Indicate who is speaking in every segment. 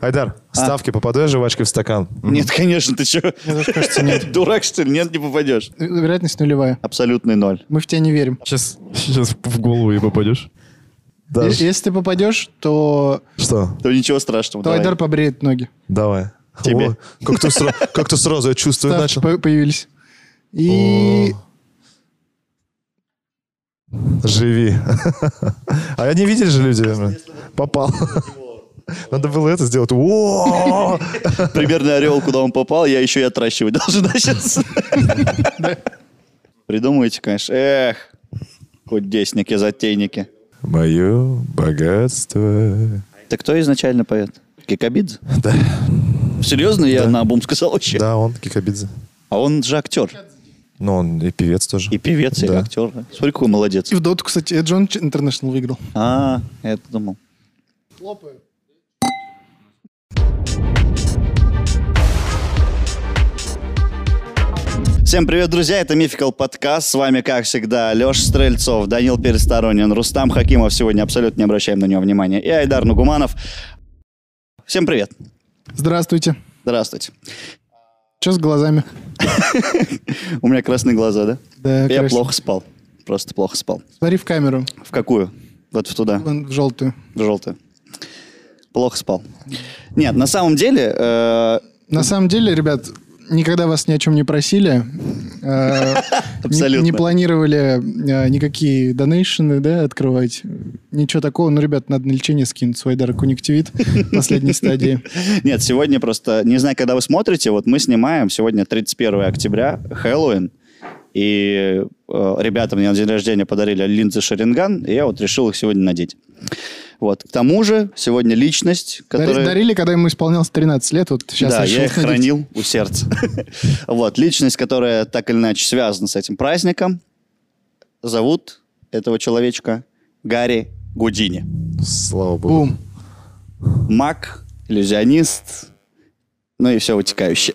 Speaker 1: Айдар,
Speaker 2: А.
Speaker 1: ставки, попаду я жвачкой в стакан?
Speaker 3: Нет, конечно, ты что? Дурак, что ли? Нет, не попадешь.
Speaker 2: Вероятность нулевая.
Speaker 3: Абсолютный ноль.
Speaker 2: Мы в тебя не верим.
Speaker 4: Сейчас, сейчас в голову и попадешь.
Speaker 2: Е-
Speaker 1: Даже.
Speaker 2: Если ты попадешь, то,
Speaker 1: Что?
Speaker 3: То ничего страшного.
Speaker 2: то
Speaker 3: давай.
Speaker 2: Айдар побреет ноги.
Speaker 1: Давай.
Speaker 3: Тебе.
Speaker 1: О, как ты сра- как ты сразу я чувствую
Speaker 2: Ставки
Speaker 1: начал.
Speaker 2: по- появились. И
Speaker 1: Живи. А не видели же люди? блин? Попал. Надо было это сделать. О!
Speaker 3: Примерный орел, куда он попал, я еще и отращивать должен сейчас. Придумывайте, конечно. Эх, кудесники, затейники.
Speaker 1: Мое богатство.
Speaker 3: Ты кто изначально поет? Кикабидзе?
Speaker 1: Да,
Speaker 3: Серьезно, я на обум сказал вообще.
Speaker 1: да, он Кикабидзе.
Speaker 3: А он же актер.
Speaker 1: Ну, он и певец тоже.
Speaker 3: И певец, и
Speaker 1: Да.
Speaker 3: актер. Смотри, какой молодец.
Speaker 2: и в доту, кстати, Джон Интернешнл выиграл.
Speaker 3: А, я это думал. Всем привет, друзья, это Мификал подкаст. С вами, как всегда, Леша Стрельцов, Данил Пересторонин, Рустам Хакимов. Сегодня абсолютно не обращаем на него внимания. И Айдар Нугуманов. Всем привет.
Speaker 2: Здравствуйте.
Speaker 3: Здравствуйте.
Speaker 2: Че с глазами?
Speaker 3: У меня красные глаза, да?
Speaker 2: Да,
Speaker 3: Я
Speaker 2: красиво.
Speaker 3: плохо спал. Просто плохо спал.
Speaker 2: Смотри в камеру,
Speaker 3: В какую? Вот в туда.
Speaker 2: вон в желтую.
Speaker 3: Желтую. Плохо спал. Нет, на самом деле, э,
Speaker 2: На самом деле, ребят, никогда вас ни о чем не просили. э, не-
Speaker 3: Абсолютно.
Speaker 2: Не планировали э, никакие донейшены, да, открывать. Ничего такого. Ну, ребят, надо на лечение скинуть свой дар конъюнктивит последней стадии.
Speaker 3: нет, сегодня просто, не знаю, когда вы смотрите, вот мы снимаем, сегодня 31 октября, Хэллоуин, и э, ребята мне на день рождения подарили линзы Шаринган, и я вот решил их сегодня надеть. Вот, к тому же, сегодня личность,
Speaker 2: Дари-
Speaker 3: которая...
Speaker 2: Дарили, когда ему исполнялось 13 лет. Вот сейчас
Speaker 3: да,
Speaker 2: решил
Speaker 3: я их
Speaker 2: надеть.
Speaker 3: хранил у сердца. вот, личность, которая так или иначе связана с этим праздником, зовут этого человечка Гарри Гудини.
Speaker 1: Слава богу.
Speaker 2: Бум.
Speaker 3: маг, иллюзионист, ну и все вытекающее.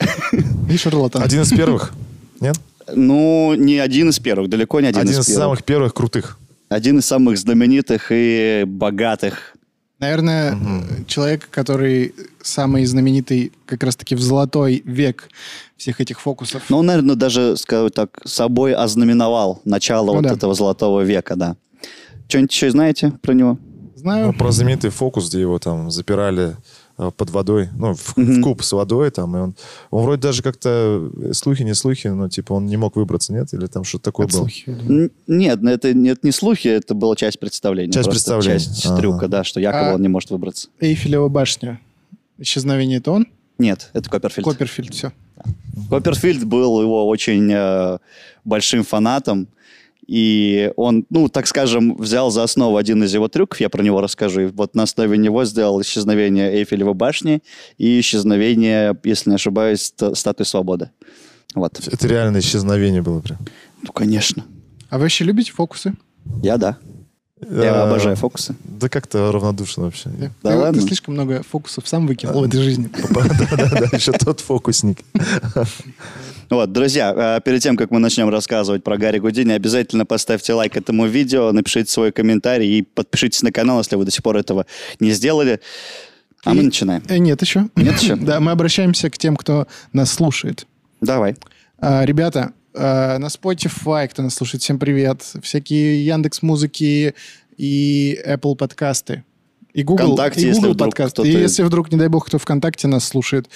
Speaker 2: И шарлатан.
Speaker 1: Один из первых. Нет?
Speaker 3: Ну, не один из первых, далеко не один,
Speaker 1: Один
Speaker 3: из,
Speaker 1: из
Speaker 3: первых.
Speaker 1: самых первых крутых.
Speaker 3: Один из самых знаменитых и богатых.
Speaker 2: Наверное, э, человек, который самый знаменитый как раз-таки в золотой век всех этих фокусов.
Speaker 3: Но Ну, он, наверное, даже, скажу так, собой ознаменовал начало
Speaker 2: Ну
Speaker 3: вот
Speaker 2: да.
Speaker 3: этого золотого века, да. Что-нибудь еще знаете про него?
Speaker 2: Знаю.
Speaker 1: Ну, про знаменитый фокус, где его там запирали э, под водой, ну, в, в куб с водой там, и он, он вроде даже как-то, э, слухи, не слухи, но типа он не мог выбраться, нет? Или там что-то такое
Speaker 2: Это
Speaker 1: было?
Speaker 2: слухи.
Speaker 3: Н- Нет, ну это нет, не слухи, это была часть представления.
Speaker 1: Часть
Speaker 3: просто
Speaker 1: представления.
Speaker 3: Часть
Speaker 1: Ага.
Speaker 3: трюка, да, что якобы
Speaker 2: А-
Speaker 3: он не может выбраться.
Speaker 2: Эйфелева башня. Исчезновение это он?
Speaker 3: Нет, это Копперфильд.
Speaker 2: Копперфильд, все.
Speaker 3: Копперфильд был его очень э, большим фанатом, и он, ну, так скажем, взял за основу один из его трюков, я про него расскажу, и вот на основе него сделал исчезновение Эйфелевой башни и исчезновение, если не ошибаюсь, ста- статуи свободы. Вот.
Speaker 1: Это реальное исчезновение было прям.
Speaker 3: Ну, конечно.
Speaker 2: А вы вообще любите фокусы?
Speaker 3: Я да. Я
Speaker 1: Э,
Speaker 3: обожаю фокусы.
Speaker 1: Да как-то равнодушно вообще.
Speaker 3: Да
Speaker 2: ты, ты
Speaker 3: ладно? А,
Speaker 2: слишком много фокусов сам выкинул в этой жизни.
Speaker 1: Да-да-да, еще тот фокусник.
Speaker 3: Вот, друзья, э, перед тем, как мы начнем рассказывать про Гарри Гудини, обязательно поставьте лайк этому видео, напишите свой комментарий и подпишитесь на канал, если вы до сих пор этого не сделали. А мы
Speaker 2: И-
Speaker 3: начинаем.
Speaker 2: Э, нет еще.
Speaker 3: Нет еще?
Speaker 2: Да, мы обращаемся к тем, кто нас слушает.
Speaker 3: Давай.
Speaker 2: А, ребята, а, на Spotify, кто нас слушает, всем привет. Всякие Яндекс музыки и Apple подкасты. И Google,
Speaker 3: Вконтакте,
Speaker 2: и
Speaker 3: если
Speaker 2: Google
Speaker 3: вдруг
Speaker 2: подкасты.
Speaker 3: кто-то-
Speaker 2: И если вдруг, не дай бог, кто ВКонтакте нас слушает,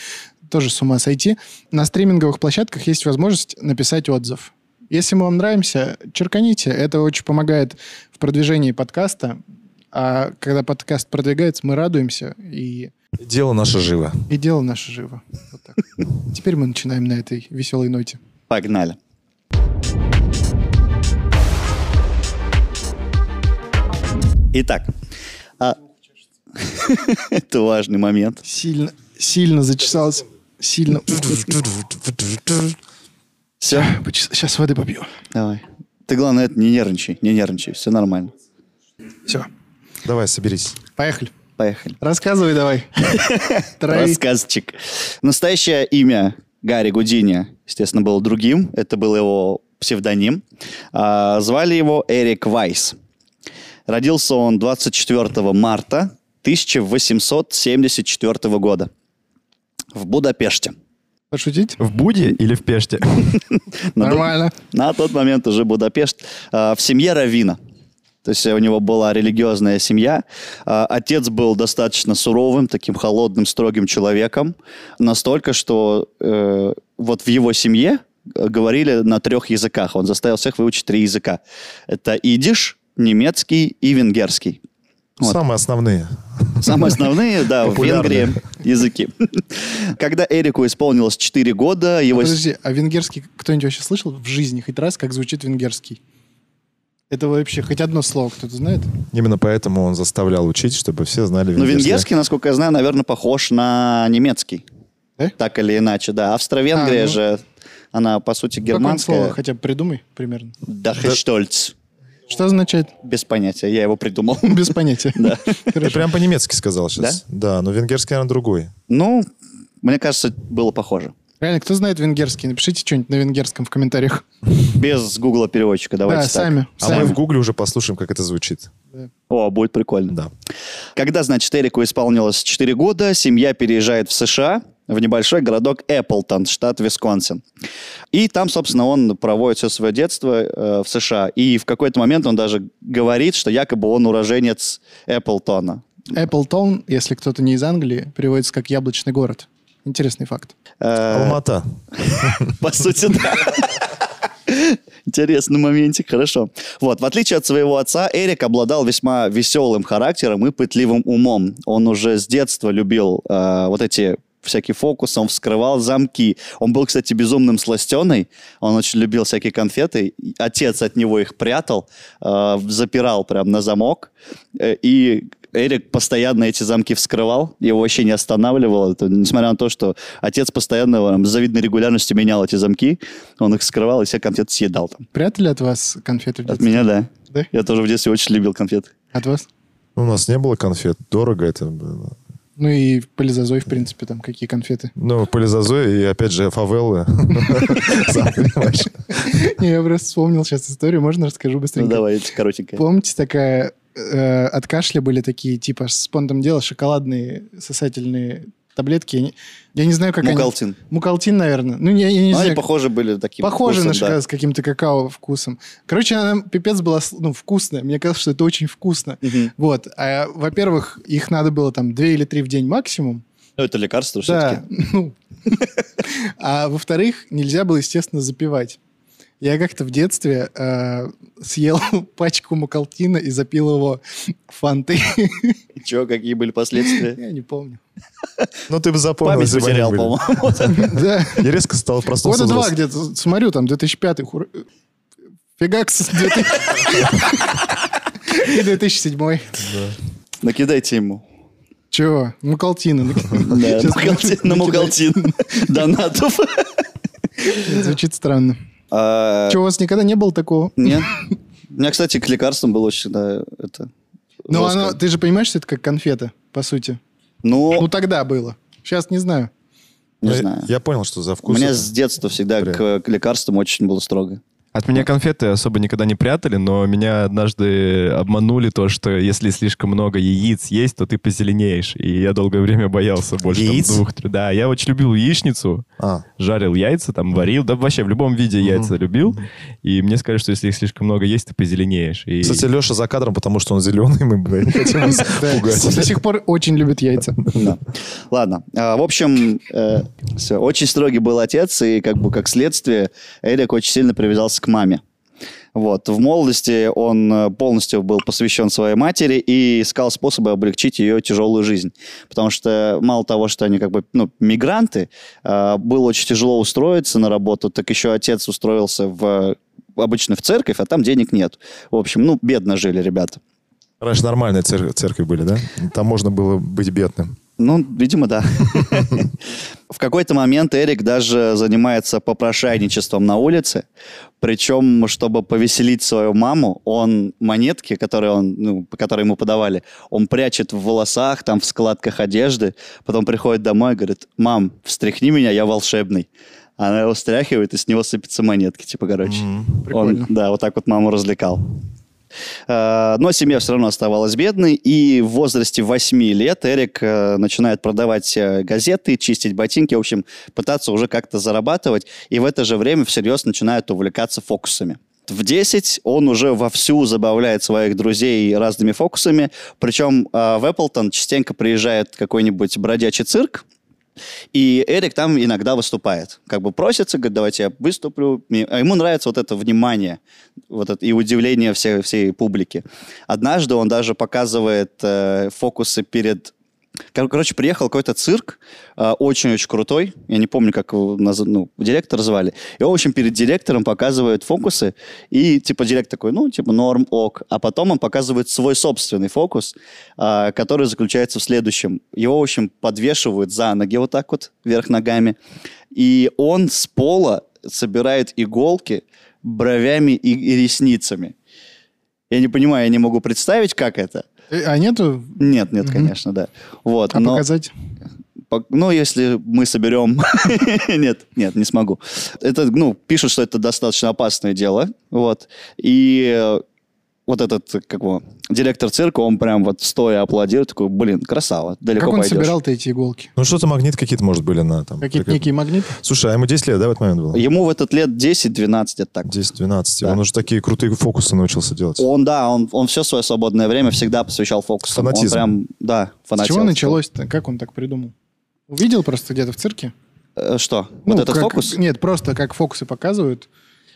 Speaker 2: тоже с ума сойти. На стриминговых площадках есть возможность написать отзыв. Если мы вам нравимся, черканите. Это очень помогает в продвижении подкаста. А когда подкаст продвигается, мы радуемся, и,
Speaker 1: Дело наше живо.
Speaker 2: и дело наше живо. Вот так. Теперь мы начинаем на этой веселой ноте.
Speaker 3: Погнали. Итак, а- это важный момент.
Speaker 2: Сильно, сильно зачесалось. Сильно.
Speaker 3: Все,
Speaker 2: Сейчас воды попью.
Speaker 3: давай. Ты, главное, это не нервничай, не нервничай, все нормально.
Speaker 2: Все,
Speaker 1: Давай, соберись.
Speaker 2: поехали.
Speaker 3: Поехали.
Speaker 2: Рассказывай давай. Трави.
Speaker 3: Рассказчик. Настоящее имя Гарри Гудини, естественно, было другим. Это был его псевдоним. А, звали его Эрик Вайс. Родился он 24 марта 1874 года в Будапеште.
Speaker 2: Пошутить?
Speaker 4: В Буде или в Пеште?
Speaker 3: На Бу-
Speaker 2: Нормально.
Speaker 3: На тот момент уже Будапешт а, в семье Равина. То есть у него была религиозная семья. А, Отец был достаточно суровым, таким холодным, строгим человеком. Настолько, что э, вот в его семье э, говорили на трех языках. Он заставил всех выучить три языка. Это идиш, немецкий и венгерский. Вот.
Speaker 1: Самые основные.
Speaker 3: Самые основные, да, в
Speaker 1: Популярные.
Speaker 3: Венгрии языки. Когда Эрику исполнилось 4 года, его... с-
Speaker 2: Подожди, а венгерский кто-нибудь вообще слышал в жизни хоть раз, как звучит венгерский? Это вообще хоть одно слово кто-то знает?
Speaker 1: Именно поэтому он заставлял учить, чтобы все знали
Speaker 3: Ну,
Speaker 1: венгерский.
Speaker 3: венгерский, насколько я знаю, наверное, похож на немецкий.
Speaker 2: Да?
Speaker 3: Так или иначе, да. Австро-Венгрия
Speaker 2: Э? А, ну.
Speaker 3: же, она, по сути,
Speaker 2: Какое слово
Speaker 3: германская.
Speaker 2: хотя бы придумай примерно.
Speaker 3: Да, Хештольц.
Speaker 2: Что означает?
Speaker 3: Без понятия, я его придумал.
Speaker 2: Без понятия.
Speaker 3: Да.
Speaker 1: Я прям по-немецки сказал сейчас. Да? но венгерский, наверное, другой.
Speaker 3: Ну, мне кажется, было похоже.
Speaker 2: Реально, кто знает венгерский? Напишите что-нибудь на венгерском в комментариях.
Speaker 3: Без гугла переводчика, давайте
Speaker 2: да,
Speaker 3: так.
Speaker 2: сами.
Speaker 1: А
Speaker 2: сами.
Speaker 1: мы в гугле уже послушаем, как это звучит.
Speaker 3: О, будет прикольно.
Speaker 1: Да.
Speaker 3: Когда, значит, Эрику исполнилось 4 года, семья переезжает в США, в небольшой городок Эпплтон, штат Висконсин. И там, собственно, он проводит все свое детство э, в США. И в какой-то момент он даже говорит, что якобы он уроженец Эпплтона.
Speaker 2: Эпплтон, если кто-то не из Англии, переводится как «яблочный город». Интересный факт.
Speaker 3: Э,
Speaker 1: Алмата.
Speaker 3: По сути, да. Интересный моментик, хорошо. Вот, в отличие от своего отца, Эрик обладал весьма веселым характером и пытливым умом. Он уже с детства любил э, вот эти всякие фокусы, он вскрывал замки. Он был, кстати, безумным сластеной, он очень любил всякие конфеты. И Отец от него их прятал, э, запирал прям на замок. Э, И Эрик постоянно эти замки вскрывал, его вообще не останавливало, Это несмотря на то, что отец постоянно там, с завидной регулярностью менял эти замки, он их вскрывал и все конфеты съедал там.
Speaker 2: Прятали от вас конфеты в
Speaker 3: От
Speaker 2: детстве?
Speaker 3: меня, да.
Speaker 2: Да?
Speaker 3: Я тоже в детстве очень любил конфеты.
Speaker 2: От вас?
Speaker 1: Ну, у нас не было конфет. Дорого это было.
Speaker 2: Ну и полизозой, в принципе, там какие конфеты.
Speaker 1: Ну, Полизазой и, опять же, фавелы. Сам понимаешь.
Speaker 2: Не, я просто вспомнил сейчас историю, можно расскажу
Speaker 3: Ну,
Speaker 2: быстренько?
Speaker 3: давай, коротенько.
Speaker 2: Помните, такая э, от кашля были такие, типа, с понтом дела, шоколадные сосательные таблетки. Я не, я не знаю, как
Speaker 3: Мукалтин.
Speaker 2: они... Мукалтин, наверное. Ну, я, я не
Speaker 3: Ну, они
Speaker 2: знаю.
Speaker 3: похожи были таким
Speaker 2: Похоже
Speaker 3: вкусом,
Speaker 2: на
Speaker 3: да.
Speaker 2: шоколад с каким-то какао вкусом. Короче, она пипец была с- ну, вкусная. Мне казалось, что это очень вкусно.
Speaker 3: Мгм.
Speaker 2: Вот. А, во-первых, их надо было там две или три в день максимум.
Speaker 3: Ну, это лекарство все-таки.
Speaker 2: Да, ну. А во-вторых, нельзя было, естественно, запивать. Я как-то в детстве э, съел пачку мукалтина и запил его фантой.
Speaker 3: Че, какие были последствия?
Speaker 2: Я не помню.
Speaker 1: Ну, ты бы запомнил,
Speaker 3: Память
Speaker 1: если бы они
Speaker 3: потерял,
Speaker 1: были.
Speaker 3: по-моему.
Speaker 2: Да.
Speaker 1: Я резко стал
Speaker 2: Года
Speaker 1: проснулся.
Speaker 2: два
Speaker 1: взрослым.
Speaker 2: где-то. Смотрю, там 2005 хур- э, Фигакс 2000. И 2007.
Speaker 3: Накидайте ему.
Speaker 2: Чего? Мукалтина.
Speaker 3: Да,
Speaker 2: Сейчас
Speaker 3: Мукалтин-
Speaker 2: мы-
Speaker 3: на Мукалтин донатов.
Speaker 2: Звучит странно.
Speaker 3: А,
Speaker 2: Чего у вас никогда не было такого?
Speaker 3: Нет. У меня, кстати, к лекарствам было очень, да, это...
Speaker 2: Ну,
Speaker 3: жестко.
Speaker 2: оно, ты же понимаешь, что это как конфета, по сути. Ну,
Speaker 3: Ну,
Speaker 2: тогда было. Сейчас не знаю.
Speaker 3: не
Speaker 1: Я-
Speaker 3: знаю.
Speaker 1: Ну, Я понял, что за
Speaker 3: У
Speaker 1: вкус.
Speaker 3: меня
Speaker 1: это.
Speaker 3: с детства всегда
Speaker 1: Бля.
Speaker 3: к, к лекарствам очень было строго.
Speaker 4: От меня конфеты особо никогда не прятали, но меня однажды обманули то, что если слишком много яиц есть, то ты позеленеешь. И я долгое время боялся больше там
Speaker 1: Яиц?
Speaker 4: двух. три- Да, я очень любил яичницу,
Speaker 1: А,
Speaker 4: жарил яйца, там варил, да вообще в любом виде яйца любил. И мне сказали, что если их слишком много есть, ты позеленеешь. И...
Speaker 1: кстати, Леша за кадром, потому что он зеленый, мы бля, не хотим вас
Speaker 2: Да.
Speaker 1: пугать.
Speaker 2: До сих пор очень любит яйца.
Speaker 3: Да. Ладно. А, в общем, все. Очень строгий был отец, и как бы как следствие Эрик очень сильно привязался к маме. Вот. В молодости он э, полностью был посвящен своей матери и искал способы облегчить ее тяжелую жизнь. Потому что мало того, что они как бы ну, мигранты, э, было очень тяжело устроиться на работу, так еще отец устроился в, обычно в церковь, а там денег нет. В общем, ну, бедно жили ребята.
Speaker 1: Раньше нормальные цер- церкви были, да? Там можно было быть бедным.
Speaker 3: Ну, видимо, да. В какой-то момент Эрик даже занимается попрошайничеством на улице. Причем, чтобы повеселить свою маму, он монетки, которые, он, ну, которые ему подавали, он прячет в волосах, там, в складках одежды. Потом приходит домой и говорит, мам, встряхни меня, я волшебный. Она его встряхивает, и с него сыпятся монетки, типа, короче.
Speaker 1: М.
Speaker 3: Он,
Speaker 2: Прикольно.
Speaker 3: да, вот так вот маму развлекал. Э, Но семья все равно оставалась бедной, и в возрасте 8 лет Эрик э, начинает продавать э, газеты, чистить ботинки, в общем, пытаться уже как-то зарабатывать, и в это же время всерьез начинает увлекаться фокусами. В 10 он уже вовсю забавляет своих друзей разными фокусами, причем э, в Эпплтон частенько приезжает какой-нибудь бродячий цирк, и Эрик там иногда выступает. Как бы просится, говорит, давайте я выступлю. Мне- а Ему нравится вот это внимание вот это, и удивление всей, всей публики. Однажды он даже показывает э, фокусы перед... Кор- Короче, приехал какой-то цирк, э, очень-очень крутой. Я не помню, как его наз- ну, директор звали. И он, в общем, перед директором показывает фокусы. И, типа, директор такой, ну, типа, норм, ок. А потом он показывает свой собственный фокус, а, который заключается в следующем. Его, в общем, подвешивают за ноги вот так вот, вверх ногами. И он с пола собирает иголки бровями и, и ресницами. Я не понимаю, я не могу представить, как это.
Speaker 2: Э, А нету?
Speaker 3: Нет, нет,
Speaker 2: Мгм.
Speaker 3: конечно, да. Вот,
Speaker 2: А
Speaker 3: но...
Speaker 2: показать?
Speaker 3: Пок- Ну, если мы соберем... нет, нет, не смогу. Это, ну, пишут, что это достаточно опасное дело, вот. И э, вот этот, э, как его, директор цирка, он прям вот стоя аплодирует, такой, блин, красава, далеко
Speaker 2: Как он
Speaker 3: пойдешь».
Speaker 2: собирал-то эти иголки?
Speaker 1: Ну, что-то магнит какие-то, может, были на там.
Speaker 2: Какие-то
Speaker 1: прикреп-
Speaker 2: некие магниты?
Speaker 1: Слушай, а ему 10 лет, да, в этот момент было?
Speaker 3: Ему в этот лет 10-12 где-то так.
Speaker 1: 10-12.
Speaker 3: Да.
Speaker 1: Он уже такие крутые фокусы научился делать.
Speaker 3: Он, да, он, он все свое свободное время всегда посвящал фокусу.
Speaker 1: Фанатизм.
Speaker 3: Он прям, да,
Speaker 2: С
Speaker 3: фанател.
Speaker 2: чего началось-то? Как он так придумал? Увидел просто где-то в цирке?
Speaker 3: Э, Что?
Speaker 2: Ну,
Speaker 3: вот этот
Speaker 2: как-
Speaker 3: фокус?
Speaker 2: Нет, просто как фокусы показывают.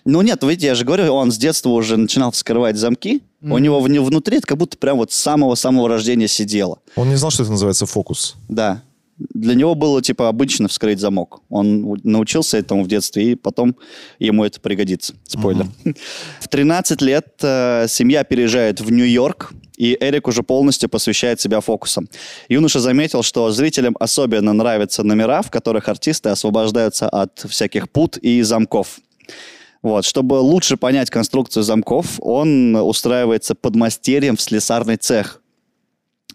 Speaker 3: Ну нет, видите, я же говорю, он с детства уже начинал вскрывать замки.
Speaker 2: Мгм.
Speaker 3: У него вне- внутри это как будто прям вот с самого-самого рождения сидело.
Speaker 1: Он не знал, что это называется фокус.
Speaker 3: Да. Для него было типа обычно вскрыть замок. Он у- научился этому в детстве, и потом ему это пригодится. Спойлер. В 13 лет э, семья переезжает в Нью-Йорк, и Эрик уже полностью посвящает себя фокусам. Юноша заметил, что зрителям особенно нравятся номера, в которых артисты освобождаются от всяких пут и замков. Вот, чтобы лучше понять конструкцию замков, он устраивается подмастерьем в слесарный цех.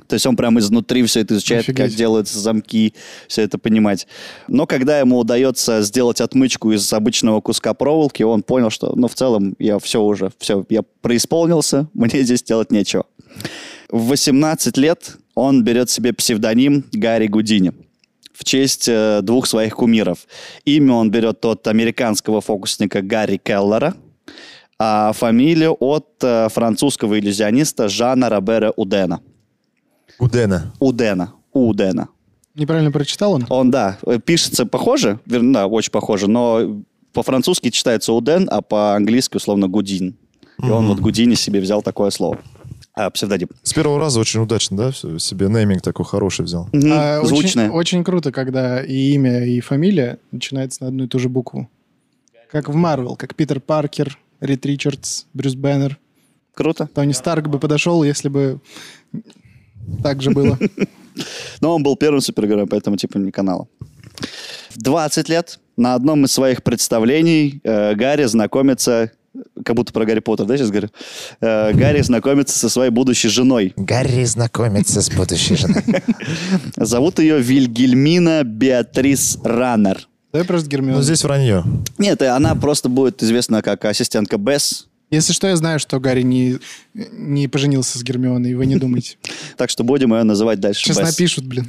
Speaker 3: То есть он прям изнутри все это изучает, как
Speaker 2: Офигеть.
Speaker 3: делаются замки, все это понимать. Но когда ему удается сделать отмычку из обычного куска проволоки, он понял, что, ну, в целом, я все уже, все, я преисполнился, мне здесь делать нечего. В 18 лет он берет себе псевдоним Гарри Гудини в честь э, двух своих кумиров. Имя он берет от американского фокусника Гарри Келлера, а фамилию от э, французского иллюзиониста Жана Робера Удена.
Speaker 1: Гудена.
Speaker 3: Удена. Удена.
Speaker 2: Неправильно прочитал он?
Speaker 3: Он, да, э, пишется похоже, верно, да, очень похоже, но по-французски читается Уден, а по-английски условно Гудин. И он вот Гудини себе взял такое слово. А, псевдоним.
Speaker 1: С первого раза очень удачно, да, всё, себе нейминг такой хороший взял.
Speaker 3: Мгм,
Speaker 2: А, очень-
Speaker 3: Звучное.
Speaker 2: Очень, круто, когда и имя, и фамилия начинается на одну и ту же букву. Как в Марвел, как Питер Паркер, Рид Ричардс, Брюс Бэннер.
Speaker 3: Круто.
Speaker 2: Тони Старк бы подошел, если бы так же было.
Speaker 3: Но он был первым супергероем, поэтому типа не канала. В 20 лет на одном из своих представлений э, Гарри знакомится, как будто про Гарри Поттер, да, сейчас говорю? Э, Гарри знакомится со своей будущей женой.
Speaker 5: Гарри знакомится с будущей женой.
Speaker 3: Зовут ее Вильгельмина Беатрис Раннер.
Speaker 2: Давай просто
Speaker 1: Но
Speaker 2: Гермиона.
Speaker 1: Ну, здесь вранье.
Speaker 3: Нет, э, она просто будет известна как ассистентка Бесс,
Speaker 2: Если что, я знаю, что Гарри не, не поженился с Гермионой, вы не думайте.
Speaker 3: так что будем ее называть дальше
Speaker 2: Сейчас
Speaker 3: Бесс.
Speaker 2: напишут, блин.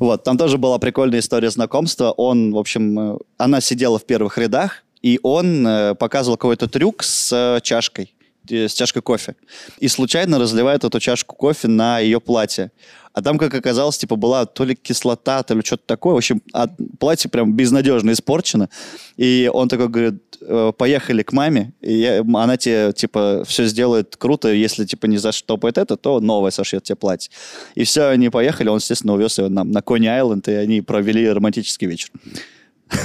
Speaker 3: Вот, там тоже была прикольная история знакомства. Он, в общем, э, она сидела в первых рядах, и он э, показывал какой-то трюк с э, чашкой, э, с чашкой кофе. И случайно разливает эту чашку кофе на ее платье. А там, как оказалось, типа была то ли кислота, то ли что-то такое. В общем, а платье прям безнадежно испорчено. И он такой говорит, «Э, поехали к маме, и я- м, она тебе, типа, все сделает круто, если, типа, не заштопает это, то новое сошьет тебе платье. И все, они поехали, он, естественно, увез ее на, на Кони-Айленд, и они провели романтический вечер.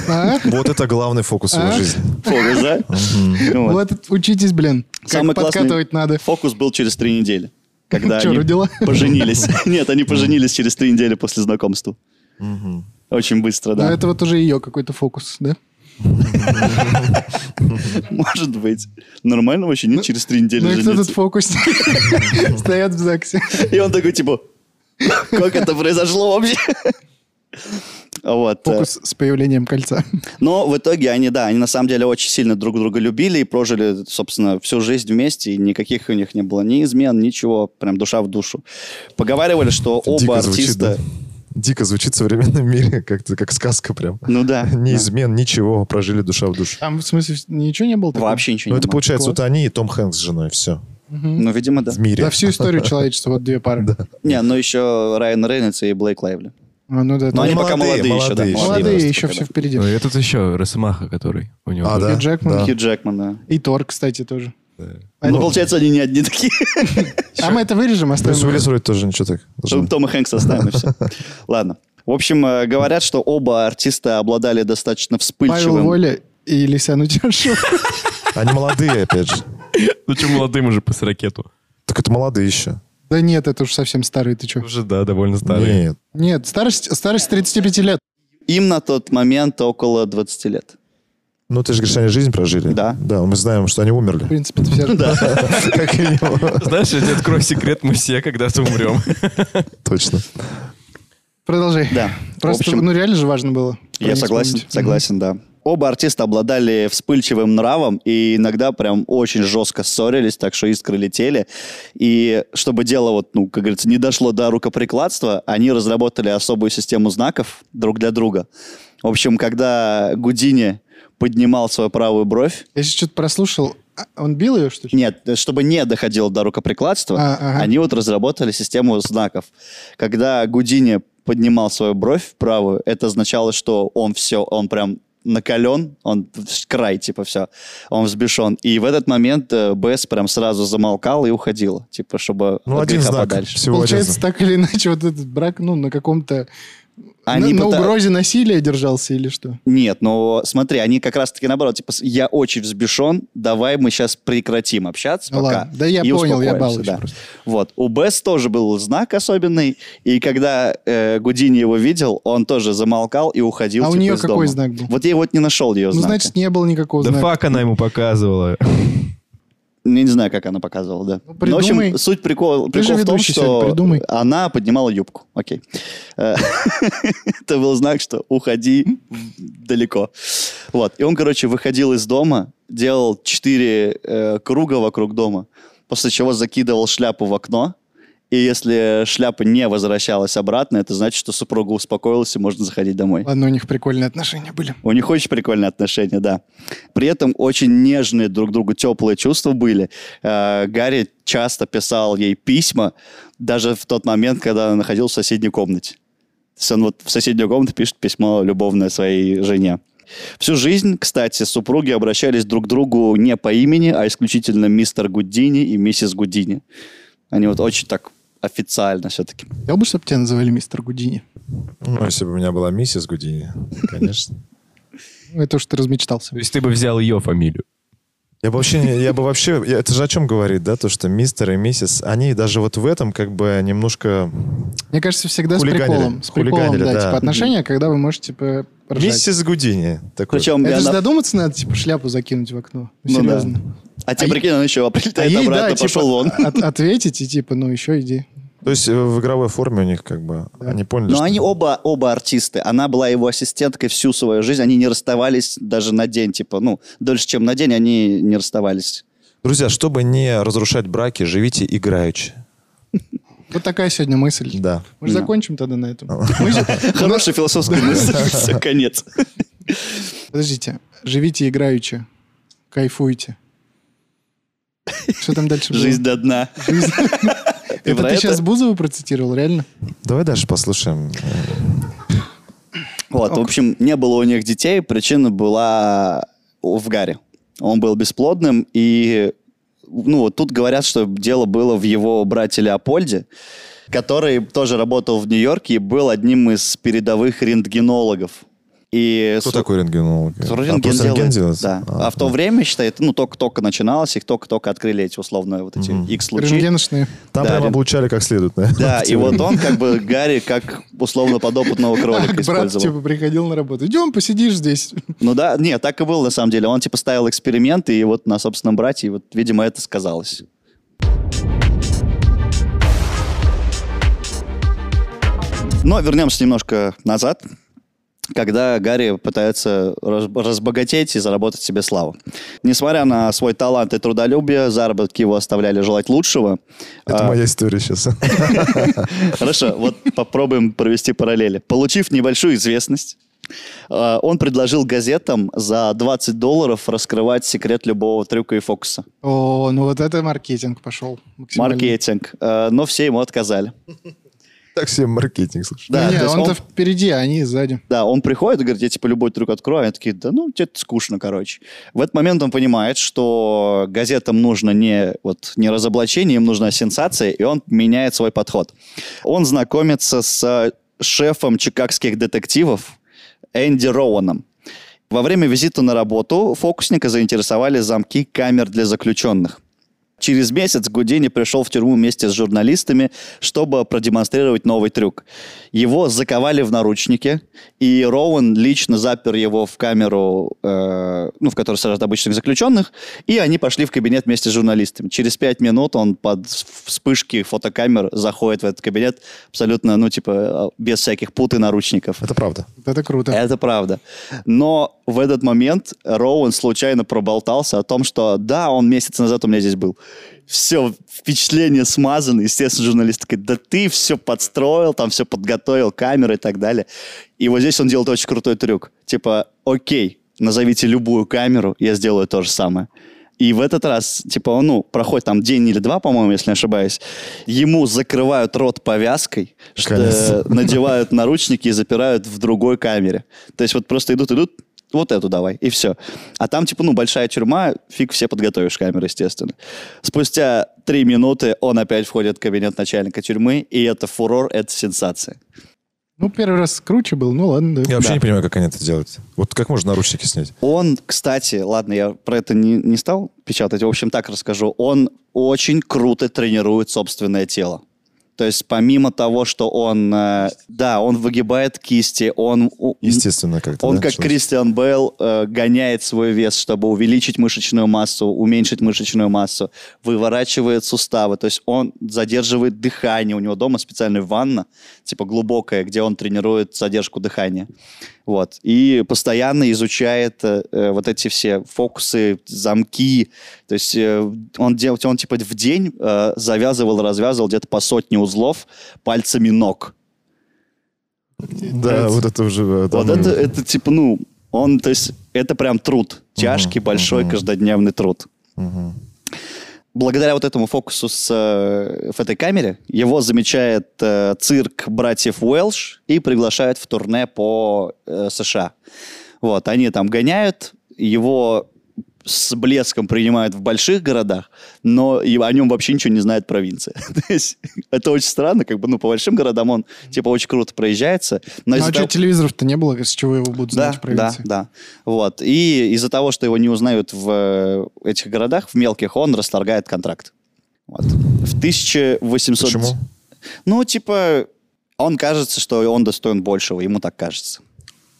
Speaker 2: А?
Speaker 1: Вот это главный фокус его
Speaker 2: А?
Speaker 1: жизни.
Speaker 3: Фокус, да? Ну Вот.
Speaker 2: Вот это- учитесь, блин. Как
Speaker 3: Самый классный-
Speaker 2: подкатывать надо.
Speaker 3: Фокус был через три недели, когда
Speaker 2: Чё,
Speaker 3: они
Speaker 2: родила?
Speaker 3: поженились. Нет, они поженились через три недели после знакомства. Очень быстро,
Speaker 2: Но
Speaker 3: да.
Speaker 2: это вот уже ее какой-то фокус, да?
Speaker 3: Может быть. Нормально вообще, нет, через три недели
Speaker 2: Ну и кто
Speaker 3: жениться.
Speaker 2: тут фокусник? Стоят в ЗАГСе.
Speaker 3: И он такой, типа, как это произошло вообще? Вот. э,
Speaker 2: Фокус с появлением кольца.
Speaker 3: Но в итоге они, да, они на самом деле очень сильно друг друга любили и прожили, собственно, всю жизнь вместе, и никаких у них не было ни измен, ничего, прям душа в душу. Поговаривали, что оба
Speaker 1: Дико звучит,
Speaker 3: артиста...
Speaker 1: да. Дико звучит в современном мире, как-то как сказка прям.
Speaker 3: Ну да.
Speaker 1: Ни
Speaker 3: да.
Speaker 1: измен, ничего, прожили душа в душу.
Speaker 2: Там, в смысле, ничего не было такого?
Speaker 3: Вообще ничего
Speaker 1: Ну,
Speaker 3: не
Speaker 1: это
Speaker 3: было.
Speaker 1: получается, вот они и Том Хэнкс с женой, все.
Speaker 2: Мгм.
Speaker 3: Ну, видимо, да.
Speaker 1: В мире.
Speaker 2: За всю историю человечества вот две пары.
Speaker 3: Не, ну еще Райан Рейнольдс и Блейк Лайвли.
Speaker 2: А, ну да, это
Speaker 3: Но они
Speaker 1: они
Speaker 3: пока молодые,
Speaker 1: молодые,
Speaker 3: еще, да.
Speaker 1: молодые еще,
Speaker 2: молодые,
Speaker 3: просто
Speaker 2: еще
Speaker 3: пока,
Speaker 2: все
Speaker 3: да.
Speaker 2: впереди.
Speaker 4: Ну, и этот еще Росомаха, который у него.
Speaker 1: А,
Speaker 4: был.
Speaker 1: да.
Speaker 2: Хью Джекман.
Speaker 1: да.
Speaker 3: Хью Джекман, да.
Speaker 2: И Тор, кстати, тоже.
Speaker 3: Ну, получается, они не одни такие.
Speaker 2: А мы это вырежем,
Speaker 1: Брюс
Speaker 2: оставим.
Speaker 1: Уиллис вроде тоже ничего так.
Speaker 3: Чтобы Тома Хэнкса оставим, и все. Ладно. В общем, э, говорят, что оба артиста обладали достаточно
Speaker 2: Павел
Speaker 3: вспыльчивым...
Speaker 2: Воля и Лисян Утешев.
Speaker 1: Они молодые, опять же.
Speaker 4: Ну, что молодым уже по ракету.
Speaker 1: Так это молодые еще.
Speaker 2: Да нет, это уж совсем старый, ты что?
Speaker 4: Уже, да, довольно старый.
Speaker 1: Нет.
Speaker 2: Нет, старость, старость 35 лет.
Speaker 3: Им на тот момент около 20 лет.
Speaker 1: Ну, ты же говоришь, они жизнь прожили.
Speaker 3: Да.
Speaker 1: Да, мы знаем, что они
Speaker 2: В
Speaker 1: умерли.
Speaker 2: принципе, это вся...
Speaker 3: Да.
Speaker 1: Как и его.
Speaker 4: Знаешь, я тебе открою секрет, мы все когда-то умрем.
Speaker 1: Точно.
Speaker 2: Продолжай.
Speaker 3: Да.
Speaker 2: Просто,
Speaker 3: В общем,
Speaker 2: ну реально же важно было. про
Speaker 3: Я
Speaker 2: них
Speaker 3: согласен,
Speaker 2: вспомнить.
Speaker 3: согласен, да. Оба артиста обладали вспыльчивым нравом и иногда прям очень жестко ссорились, так что искры летели. И чтобы дело, вот, ну, как говорится, не дошло до рукоприкладства, они разработали особую систему знаков друг для друга. В общем, когда Гудини поднимал свою правую бровь,
Speaker 2: Я сейчас что-то прослушал. А, Он бил ее, что ли?
Speaker 3: нет, э, чтобы не доходило до рукоприкладства,
Speaker 2: А, ага.
Speaker 3: они вот разработали систему знаков. Когда Гудини поднимал свою бровь правую, это означало, что он все, он прям накален, он в край, типа, все, он взбешен. И в этот момент э, Бесс прям сразу замолкал и уходила, типа, чтобы
Speaker 1: Ну,
Speaker 3: от
Speaker 1: один
Speaker 3: греха
Speaker 1: знак.
Speaker 3: подальше.
Speaker 1: Всего один
Speaker 2: Получается,
Speaker 1: знак.
Speaker 2: так или иначе, вот этот брак, ну, на каком-то...
Speaker 3: Они
Speaker 2: на, на
Speaker 3: пыта-
Speaker 2: угрозе насилия держался или что?
Speaker 3: Нет, но смотри, они как раз-таки наоборот, типа, с- я очень взбешен, давай мы сейчас прекратим общаться
Speaker 2: Ну
Speaker 3: пока.
Speaker 2: ладно, да я
Speaker 3: и
Speaker 2: понял, я
Speaker 3: успокоимся,
Speaker 2: балуюсь
Speaker 3: да.
Speaker 2: просто.
Speaker 3: Вот. У Бесс тоже был знак особенный, и когда э, Гудини его видел, он тоже замолкал и уходил
Speaker 2: А у
Speaker 3: типа,
Speaker 2: нее
Speaker 3: из дома.
Speaker 2: какой знак был?
Speaker 3: Вот я вот не нашел ее
Speaker 2: Ну,
Speaker 3: знака.
Speaker 2: значит, не было никакого
Speaker 4: Да
Speaker 2: знака.
Speaker 4: фак она ему показывала.
Speaker 3: Ну, Я не знаю, как она показывала, да.
Speaker 2: Ну,
Speaker 3: в общем,
Speaker 2: придумай.
Speaker 3: суть прикола прикол
Speaker 2: Ты же
Speaker 3: в том,
Speaker 2: ведущий сегодня,
Speaker 3: что
Speaker 2: придумай.
Speaker 3: она поднимала юбку. Окей. Э, Это был знак, что уходи далеко. Вот. И он, короче, выходил из дома, делал четыре э, круга вокруг дома, после чего закидывал шляпу в окно. И если шляпа не возвращалась обратно, это значит, что супруга успокоилась и можно заходить домой.
Speaker 2: Ладно, у них прикольные отношения были.
Speaker 3: У них очень прикольные отношения, да. При этом очень нежные друг к другу теплые чувства были. Э, Гарри часто писал ей письма, даже в тот момент, когда она находилась в соседней комнате. То есть он вот в соседнюю комнату пишет письмо любовное своей жене. Всю жизнь, кстати, супруги обращались друг к другу не по имени, а исключительно мистер Гудини и миссис Гудини. Они вот очень так официально все-таки.
Speaker 2: Хотел бы, чтобы тебя называли мистер Гудини.
Speaker 1: Ну, если бы у меня была миссис Гудини, конечно.
Speaker 2: Ну, Это уж ты размечтался.
Speaker 4: То есть ты бы взял ее фамилию.
Speaker 1: Я бы вообще, не- я бы вообще, я- это же о чем говорит, да, то, что мистер и миссис, они даже вот в этом как бы немножко...
Speaker 2: Мне кажется, всегда с
Speaker 1: Хулиганили.
Speaker 2: приколом. С приколом,
Speaker 1: Хулиганили,
Speaker 2: да,
Speaker 1: да.
Speaker 2: типа отношения, когда вы можете, типа, ржать.
Speaker 1: Миссис Гудини. Такой.
Speaker 3: Причем
Speaker 2: Это же
Speaker 3: она-
Speaker 2: додуматься надо, типа, шляпу закинуть в окно. Ну,
Speaker 3: Ну да.
Speaker 2: серьезно.
Speaker 3: А тебе,
Speaker 2: А
Speaker 3: прикинь, она еще
Speaker 2: А
Speaker 3: прилетает
Speaker 2: ей,
Speaker 3: обратно,
Speaker 2: да, типа,
Speaker 3: пошел вон.
Speaker 2: от- ответить и типа, ну еще иди.
Speaker 1: То есть э, в игровой форме у них как бы, они поняли,
Speaker 3: Но
Speaker 1: Ну что...
Speaker 3: они оба, оба артисты. Она была его ассистенткой всю свою жизнь. Они не расставались даже на день, типа, ну, дольше, чем на день, они не расставались.
Speaker 1: Друзья, чтобы не разрушать браки, живите играючи.
Speaker 2: Вот такая сегодня мысль.
Speaker 1: Да.
Speaker 2: Мы же
Speaker 3: Да.
Speaker 2: закончим тогда на этом. Мы же-
Speaker 1: Ну
Speaker 3: Хорошая философская мысль. Все, конец.
Speaker 2: Подождите. Живите играючи. Кайфуйте. Что там дальше было?
Speaker 3: Жизнь до дна.
Speaker 2: Жизнь.
Speaker 3: Ты
Speaker 2: Это
Speaker 3: про
Speaker 2: ты
Speaker 3: это?
Speaker 2: сейчас Бузову процитировал, реально?
Speaker 1: Давай дальше послушаем. э,
Speaker 3: Вот, в
Speaker 2: Ок.
Speaker 3: общем, не было у них детей, причина была в Гарри. Он был бесплодным, и ну, вот тут говорят, что дело было в его брате Леопольде, который тоже работал в Нью-Йорке и был одним из передовых рентгенологов. И
Speaker 1: Кто
Speaker 3: су-
Speaker 1: такой рентгенолог?
Speaker 3: Который
Speaker 1: А,
Speaker 3: рентген
Speaker 1: просто рентген
Speaker 3: делает,
Speaker 1: делается?
Speaker 3: Да. А, в то
Speaker 1: ну.
Speaker 3: время, считай, это, ну, только-только начиналось, их только-только открыли эти условно вот эти
Speaker 1: Мгм.
Speaker 3: X-лучи.
Speaker 2: Рентгеношные.
Speaker 1: Там
Speaker 3: Да,
Speaker 1: прям
Speaker 3: рен-
Speaker 1: облучали как следует, наверное.
Speaker 3: Да,
Speaker 1: в те
Speaker 3: и вот
Speaker 1: времена.
Speaker 3: он как бы Гарри как условно подопытного кролика
Speaker 2: А, Брат,
Speaker 3: использовал.
Speaker 2: типа, приходил на работу. Идем, посидишь здесь.
Speaker 3: Ну да, нет, так и было на самом деле. Он типа ставил эксперименты и вот на собственном брате, и вот, видимо, это сказалось. Но вернемся немножко назад. когда Гарри пытается раз- разбогатеть и заработать себе славу. Несмотря на свой талант и трудолюбие, заработки его оставляли желать лучшего.
Speaker 1: Это
Speaker 3: А,
Speaker 1: моя история сейчас.
Speaker 3: Хорошо, вот попробуем провести параллели. Получив небольшую известность, э, он предложил газетам за 20 долларов раскрывать секрет любого трюка и фокуса.
Speaker 2: О, ну вот это маркетинг пошел. максимально.
Speaker 3: Маркетинг. Э, Но все ему отказали.
Speaker 1: Так себе маркетинг, слушай.
Speaker 3: Да,
Speaker 2: Не,
Speaker 3: то есть
Speaker 2: он-то
Speaker 3: он-
Speaker 2: впереди, а они сзади.
Speaker 3: Да, он приходит и говорит, я типа любой трюк открою. Они такие, да ну, тебе это скучно, короче. В этот момент он понимает, что газетам нужно не, вот, не разоблачение, им нужна сенсация, и он меняет свой подход. Он знакомится с э, шефом чикагских детективов Энди Роуаном. Во время визита на работу фокусника заинтересовали замки камер для заключенных. Через месяц Гудини пришел в тюрьму вместе с журналистами, чтобы продемонстрировать новый трюк. Его заковали в наручники, и Роуэн лично запер его в камеру, э, ну, в которой сажают обычных заключенных, и они пошли в кабинет вместе с журналистами. Через пять минут он под вспышки фотокамер заходит в этот кабинет абсолютно, ну, типа, э, без всяких пут и наручников.
Speaker 1: Это правда.
Speaker 2: Вот это круто.
Speaker 3: Это правда. Но в этот момент Роуэн случайно проболтался о том, что да, он месяц назад у меня здесь был. Все, впечатление смазано. Естественно, журналист такой, да ты все подстроил, там все подготовил, камеры и так далее. И вот здесь он делает очень крутой трюк. Типа, окей, назовите любую камеру, я сделаю то же самое. И в этот раз, типа, он, ну, проходит там день или два, по-моему, если не ошибаюсь, ему закрывают рот повязкой, что-
Speaker 1: Конечно.
Speaker 3: надевают наручники и запирают в другой камере. То есть вот просто идут, идут, вот эту давай, и все. А там, типа, ну, большая тюрьма, фиг все подготовишь камеры, естественно. Спустя три минуты он опять входит в кабинет начальника тюрьмы, и это фурор, это сенсация.
Speaker 2: Ну, первый раз круче был, ну ладно, да.
Speaker 1: Я вообще
Speaker 3: Да.
Speaker 1: не понимаю, как они это делают. Вот как можно наручники снять?
Speaker 3: Он, кстати, ладно, я про это не, не стал печатать, в общем, так расскажу. Он очень круто тренирует собственное тело. То есть помимо того, что он, э, да, он выгибает кисти, он у-
Speaker 1: Естественно, как-то.
Speaker 3: Он,
Speaker 1: да,
Speaker 3: как
Speaker 1: что-
Speaker 3: Кристиан Бейл, э, гоняет свой вес, чтобы увеличить мышечную массу, уменьшить мышечную массу, выворачивает суставы. То есть он задерживает дыхание. У него дома специальная ванна, типа глубокая, где он тренирует задержку дыхания. Вот. И постоянно изучает э, э, вот эти все фокусы, замки. То есть э, он, дел- он типа в день э, завязывал, развязывал где-то по сотне узлов пальцами ног.
Speaker 1: Да, вот это уже... э,
Speaker 3: Вот
Speaker 1: там,
Speaker 3: это,
Speaker 1: э,
Speaker 3: это типа, ну, он, то есть, это прям труд. Тяжкий, большой, каждодневный труд.
Speaker 1: мгм.
Speaker 3: Благодаря вот этому фокусу с, э, в этой камере его замечает э, цирк братьев Уэлш и приглашает в турне по э, США. Вот, они там гоняют, его с блеском принимают в больших городах, но и о нем вообще ничего не знает провинция. То есть это очень странно, как бы, ну, по большим городам он, типа, очень круто проезжается. Но
Speaker 2: Ну,
Speaker 3: из-за
Speaker 2: а что,
Speaker 3: того-
Speaker 2: телевизоров-то не было, с чего его будут Ну, знать в
Speaker 3: да,
Speaker 2: провинции?
Speaker 3: да. Вот. И из-за того, что его не узнают в э, этих городах, в мелких, он расторгает контракт. Вот. В 1800...
Speaker 1: Почему?
Speaker 3: Ну, типа, он кажется, что он достоин большего, ему так кажется.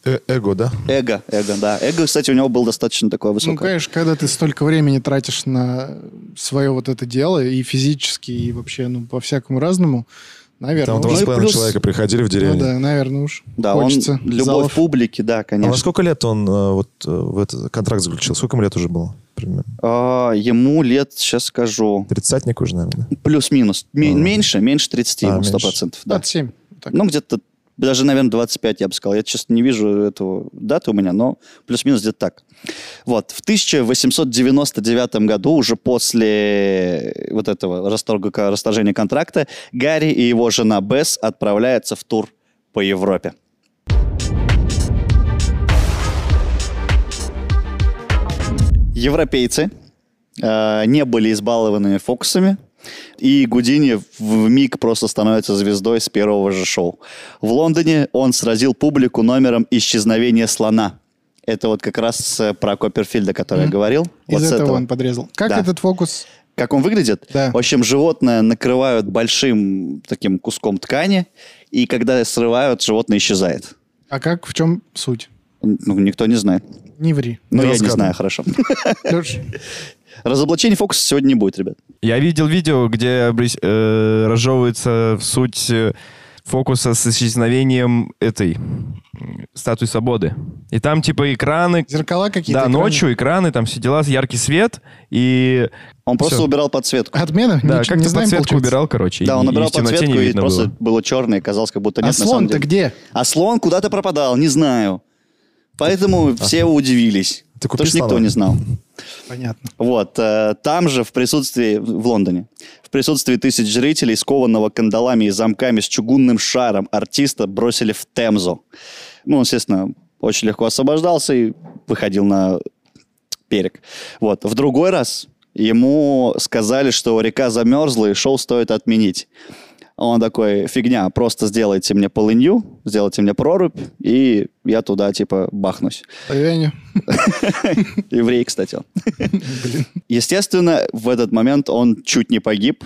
Speaker 1: Э, Эго, да?
Speaker 3: Эго, эго, да. Эго, кстати, у него был достаточно такое
Speaker 2: Ну,
Speaker 3: высокое.
Speaker 2: конечно, когда ты столько времени тратишь на свое вот это дело, и физически, и вообще, ну, по-всякому разному,
Speaker 1: Там
Speaker 2: наверное, уж-
Speaker 1: два
Speaker 3: ну
Speaker 1: с
Speaker 3: и
Speaker 1: половиной
Speaker 3: плюс-
Speaker 1: человека приходили в
Speaker 2: ну,
Speaker 1: деревню.
Speaker 2: да, наверное, уж
Speaker 3: да,
Speaker 2: хочется.
Speaker 3: он любовь
Speaker 2: залов.
Speaker 3: публики, да,
Speaker 1: А во
Speaker 3: конечно.
Speaker 1: сколько лет он э, вот э, в этот контракт заключил? Сколько ему лет уже было? Примерно.
Speaker 3: А, ему лет, сейчас скажу,
Speaker 1: Тридцатник уже, наверное. да?
Speaker 3: плюс-минус. Ме-
Speaker 1: А.
Speaker 3: Меньше, меньше 30,
Speaker 1: А,
Speaker 3: ему
Speaker 1: меньше.
Speaker 3: 100%. Да.
Speaker 2: 27. вот так.
Speaker 3: Ну, где-то даже, наверное, 25, я бы сказал. Я, честно, не вижу этого даты у меня, но плюс-минус где-то так. Вот. В 1899 году, уже после вот этого расторга, расторжения контракта, Гарри и его жена Бесс отправляются в тур по Европе. Европейцы э, не были избалованы фокусами, и Гудини в миг просто становится звездой с первого же шоу. В Лондоне он сразил публику номером «Исчезновение слона». Это вот как раз э, про Копперфильда, который я
Speaker 2: Мгм.
Speaker 3: говорил.
Speaker 2: Из
Speaker 3: Вот с
Speaker 2: этого,
Speaker 3: этого.
Speaker 2: он подрезал. Как
Speaker 3: Да.
Speaker 2: этот фокус?
Speaker 3: Как он выглядит?
Speaker 2: Да.
Speaker 3: В общем, животное накрывают большим таким куском ткани, и когда срывают, животное исчезает.
Speaker 2: А как, в чем суть?
Speaker 3: Н- Ну, никто не знает.
Speaker 2: Не ври.
Speaker 1: Не
Speaker 3: Но я не
Speaker 1: рассказывай.
Speaker 3: знаю, хорошо.
Speaker 2: Лёш,
Speaker 3: Разоблачений фокуса сегодня не будет, ребят.
Speaker 4: Я видел видео, где обрис- э, разжевывается в суть э, фокуса с исчезновением этой м, статуи свободы. И там типа экраны,
Speaker 2: Зеркала какие-то.
Speaker 4: да,
Speaker 2: экраны.
Speaker 4: ночью экраны, там все дела, яркий свет и
Speaker 3: Он просто
Speaker 4: Всё.
Speaker 3: убирал подсветку.
Speaker 2: Отмена?
Speaker 4: да,
Speaker 2: Ничего не
Speaker 4: как-то
Speaker 2: знаем,
Speaker 4: подсветку
Speaker 2: получается.
Speaker 4: убирал, короче.
Speaker 3: Да,
Speaker 4: и-
Speaker 3: он
Speaker 4: и
Speaker 3: убрал
Speaker 4: в темноте
Speaker 3: подсветку,
Speaker 4: не
Speaker 3: и
Speaker 4: видно
Speaker 3: просто
Speaker 4: было.
Speaker 3: было черное, и казалось, как будто нет
Speaker 2: А
Speaker 3: на самом
Speaker 2: слон-то
Speaker 3: деле.
Speaker 2: где?
Speaker 3: А слон куда-то пропадал, не знаю. Поэтому все удивились.
Speaker 1: Ты купи
Speaker 3: потому что никто
Speaker 1: слона.
Speaker 3: не знал.
Speaker 2: Понятно.
Speaker 3: Вот, э, там же в присутствии, в Лондоне, в присутствии тысяч зрителей, скованного кандалами и замками с чугунным шаром, артиста бросили в Темзу. Ну, он, естественно, очень легко освобождался и выходил на берег. Вот, в другой раз ему сказали, что река замерзла и шоу стоит отменить. Он такой, фигня, просто сделайте мне полынью, сделайте мне прорубь, и я туда, типа, бахнусь.
Speaker 2: Поверю.
Speaker 3: Еврей, кстати. он. Естественно, в этот момент он чуть не погиб.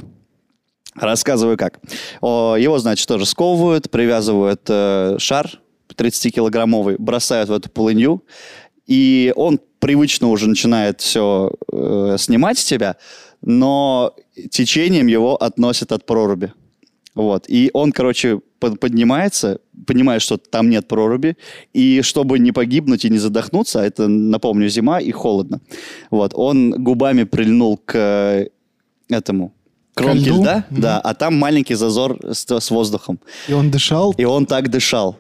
Speaker 3: Рассказываю как. О, Его, значит, тоже сковывают, привязывают э, шар 30-килограммовый, бросают в эту полынью, и он привычно уже начинает все снимать с тебя, но течением его относят от проруби. Вот. И он, короче, под- поднимается, понимает, что там нет проруби, и чтобы не погибнуть и не задохнуться, а это, напомню, зима и холодно, вот, он губами прильнул к э, этому кромке
Speaker 2: льду?
Speaker 3: льда,
Speaker 2: Мгм.
Speaker 3: да, а там маленький зазор с, с воздухом.
Speaker 2: И он дышал.
Speaker 3: И он так дышал.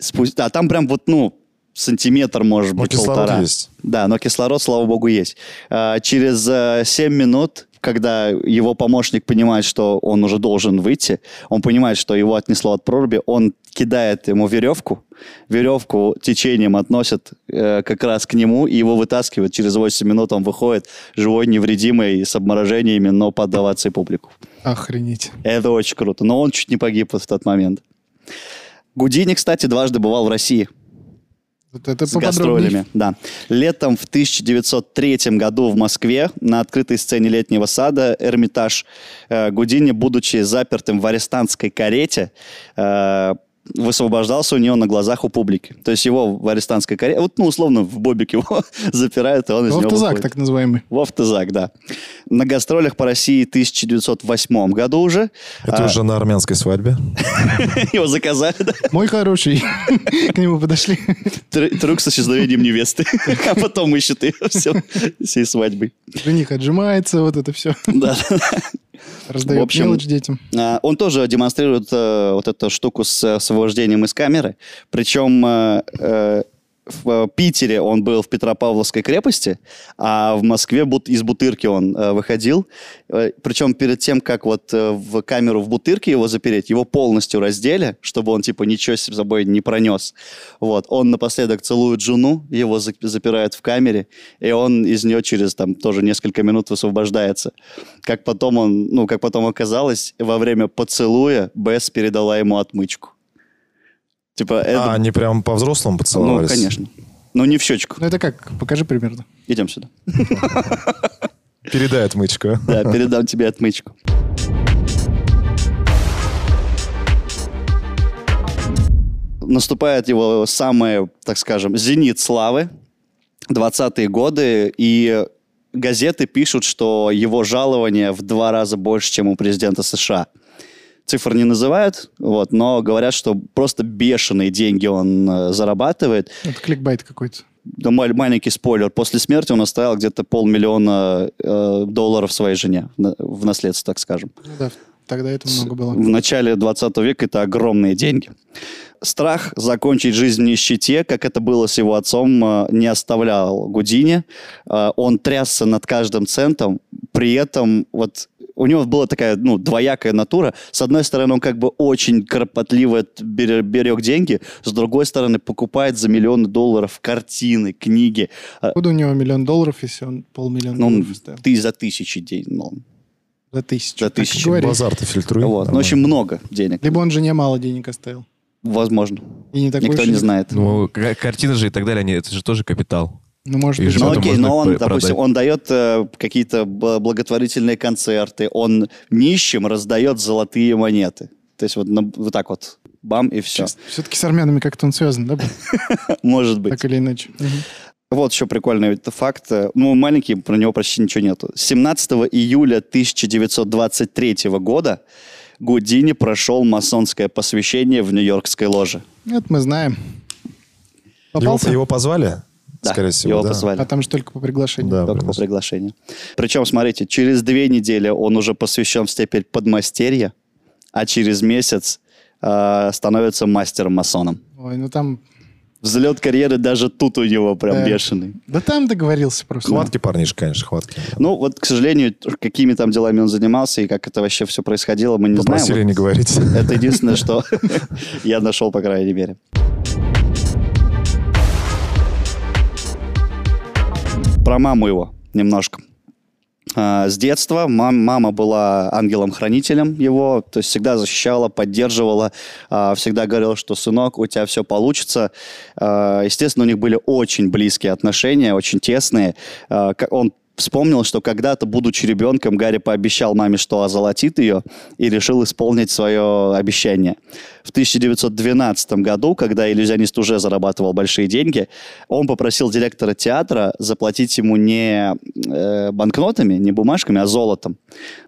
Speaker 3: Спу- А там прям вот, ну, сантиметр, может
Speaker 1: Ну,
Speaker 3: быть,
Speaker 1: кислород
Speaker 3: полтора.
Speaker 1: есть.
Speaker 3: Да, но кислород, слава богу, есть. А, Через 7 минут, когда его помощник понимает, что он уже должен выйти, он понимает, что его отнесло от проруби, он кидает ему веревку, веревку течением относит э, как раз к нему, и его вытаскивают. Через 8 минут он выходит живой, невредимый, с обморожениями, но под овацией публику.
Speaker 2: Охренеть.
Speaker 3: Это очень круто. Но он чуть не погиб вот в тот момент. Гудини, кстати, дважды бывал в России
Speaker 2: Вот это
Speaker 3: с
Speaker 2: поподробнее.
Speaker 3: гастролями. Да. Летом в 1903 году в Москве на открытой сцене летнего сада Эрмитаж э, Гудини, будучи запертым в арестантской карете, э, высвобождался у него на глазах у публики. То есть его в арестантской карете, вот, ну, условно, в бобик его запирают, и он из него
Speaker 2: Автозак,
Speaker 3: выходит.
Speaker 2: так называемый.
Speaker 3: В автозак, да. На гастролях по России в 1908 году уже.
Speaker 1: Это
Speaker 3: А,
Speaker 1: уже на армянской свадьбе.
Speaker 3: Его заказали, да?
Speaker 2: Мой хороший. К нему подошли.
Speaker 3: Трю- Трюк с исчезновением невесты. А потом ищет ее все, всей свадьбой.
Speaker 2: Жених отжимается, вот это все.
Speaker 3: Да.
Speaker 2: Раздает
Speaker 3: В общем,
Speaker 2: мелочь детям.
Speaker 3: А, Он тоже демонстрирует э, вот эту штуку с э, освобождением из камеры. Причем э, э, в э, Питере он был в Петропавловской крепости, а в Москве бут- из Бутырки он э, выходил. Э, Причем перед тем, как вот э, в камеру в Бутырке его запереть, его полностью раздели, чтобы он типа ничего с собой не пронес. Вот. Он напоследок целует жену, его за- запирают в камере, и он из нее через там тоже несколько минут высвобождается. Как потом он, ну, как потом оказалось, во время поцелуя Бесс передала ему отмычку. Типа, это...
Speaker 1: А, они прям по-взрослому
Speaker 3: ну,
Speaker 1: поцеловались.
Speaker 3: конечно. Ну, не в щечку.
Speaker 2: Ну это как? Покажи примерно.
Speaker 3: Идем сюда.
Speaker 1: Передай отмычку.
Speaker 3: Да, передам тебе отмычку. Наступает его самое, так скажем, зенит славы, 20-е годы, и газеты пишут, что его жалование в два раза больше, чем у президента США. Цифр не называют, вот, но говорят, что просто бешеные деньги он э, зарабатывает.
Speaker 2: Это кликбайт какой-то.
Speaker 3: Да, маль- маленький спойлер. После смерти он оставил где-то полмиллиона э, долларов своей жене на- в наследство, так скажем.
Speaker 2: Ну да, тогда это
Speaker 3: С-
Speaker 2: много было.
Speaker 3: В начале 20 века это огромные деньги. Страх закончить жизнь в нищете, как это было с его отцом, э, не оставлял Гудини. Э, Он трясся над каждым центом, при этом вот у него была такая, ну, двоякая натура. С одной стороны, он как бы очень кропотливо т- бере- берег деньги, с другой стороны, покупает за миллионы долларов картины, книги. Э,
Speaker 2: Откуда у него миллион долларов, если он полмиллиона
Speaker 3: Ну,
Speaker 2: долларов оставил?
Speaker 3: ты за тысячи денег. ну,
Speaker 2: За тысячу.
Speaker 3: за
Speaker 2: так и
Speaker 3: тысячу.
Speaker 2: говори.
Speaker 1: Базар ты фильтруй.
Speaker 3: вот. Ну, в общем, много денег.
Speaker 2: Либо он жене мало денег оставил.
Speaker 3: Возможно.
Speaker 2: И не такой
Speaker 3: Никто
Speaker 2: уж
Speaker 3: не
Speaker 2: и-
Speaker 3: знает.
Speaker 4: Ну, ка- картины же и так далее, они, это же тоже капитал.
Speaker 2: Ну, может
Speaker 4: И
Speaker 2: быть,
Speaker 4: же
Speaker 3: Ну
Speaker 4: потом
Speaker 3: окей,
Speaker 4: можно
Speaker 3: но он,
Speaker 4: п- продать.
Speaker 3: допустим, он дает э, какие-то б- благотворительные концерты, он нищим раздает золотые монеты. То есть вот, на- вот так вот, бам, и все.
Speaker 2: Все-таки с армянами как-то он связан, да? был?
Speaker 3: Может быть.
Speaker 2: Так или иначе. Мгм.
Speaker 3: Вот еще прикольный это факт. Э, Ну, маленький, про него почти ничего нету. 17 июля 1923 года Гудини прошел масонское посвящение в Нью-Йоркской ложе.
Speaker 2: Это мы знаем.
Speaker 1: Его,
Speaker 2: Попался?
Speaker 1: его позвали,
Speaker 3: Да,
Speaker 1: скорее всего,
Speaker 3: его
Speaker 1: да?
Speaker 3: позвали.
Speaker 2: А там же только по приглашению.
Speaker 1: Да,
Speaker 3: Только
Speaker 1: примерно.
Speaker 3: по приглашению. Причем, смотрите, через две недели он уже посвящен в степень подмастерья, а через месяц э, становится мастером-масоном.
Speaker 2: Ой, ну там...
Speaker 3: Взлет карьеры даже тут у него прям
Speaker 2: Да.
Speaker 3: бешеный.
Speaker 2: Да там договорился просто.
Speaker 1: Хваткий парнишка, конечно, хваткий.
Speaker 3: Ну, вот, к сожалению, т- какими там делами он занимался и как это вообще все происходило, мы не
Speaker 1: Попросили
Speaker 3: знаем.
Speaker 1: не говорить.
Speaker 3: Вот Это единственное, что я нашел, по крайней мере. Про маму его немножко. А, С детства мам- мама была ангелом-хранителем его, то есть всегда защищала, поддерживала, а, всегда говорила, что сынок, у тебя все получится. А, Естественно, у них были очень близкие отношения, очень тесные. А, к- Он вспомнил, что когда-то, будучи ребенком, Гарри пообещал маме, что озолотит ее, и решил исполнить свое обещание. В 1912 году, когда иллюзионист уже зарабатывал большие деньги, он попросил директора театра заплатить ему не э, банкнотами, не бумажками, а золотом.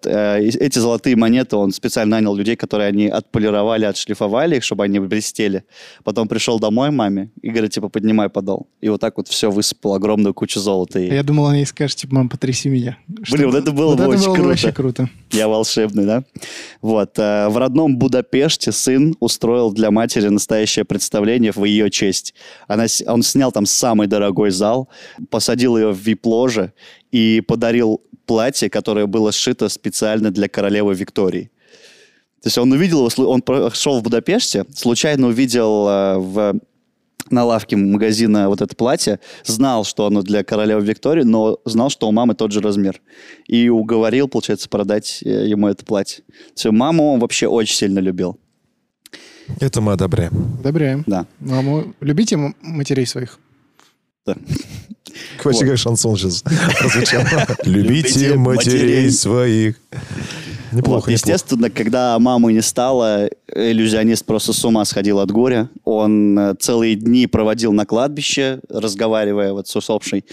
Speaker 3: Э, и эти золотые монеты он специально нанял людей, которые они отполировали, отшлифовали их, чтобы они блестели. Потом пришел домой маме и говорит, типа, поднимай подол. И вот так вот все высыпал огромную кучу золота. И
Speaker 2: Я думал, она ей скажет, типа, мам, потряси меня.
Speaker 3: Блин, вот это было
Speaker 2: вот
Speaker 3: бы очень
Speaker 2: было бы
Speaker 3: круто.
Speaker 2: вообще круто.
Speaker 3: Я волшебный, да? Вот. э, В родном Будапеште сын устроил для матери настоящее представление в ее честь. Она, с- он снял там самый дорогой зал, посадил ее в вип-ложе и подарил платье, которое было сшито специально для королевы Виктории. То есть он увидел, его, слу- он прошел в Будапеште, случайно увидел э, в на лавке магазина вот это платье, знал, что оно для королевы Виктории, но знал, что у мамы тот же размер. И уговорил, получается, продать э, ему это платье. Все, маму он вообще очень сильно любил.
Speaker 1: Это мы одобряем.
Speaker 2: Одобряем.
Speaker 3: Да.
Speaker 2: Маму, любите м- матерей своих.
Speaker 1: Квачи
Speaker 3: Вот.
Speaker 1: как шансон сейчас прозвучал. Любите матерей
Speaker 3: Любите матерей.
Speaker 1: своих.
Speaker 3: Вот,
Speaker 1: Неплохо, неплохо.
Speaker 3: естественно, когда мамы не стало, иллюзионист просто с ума сходил от горя. Он э, целые дни проводил на кладбище, разговаривая вот с усопшей.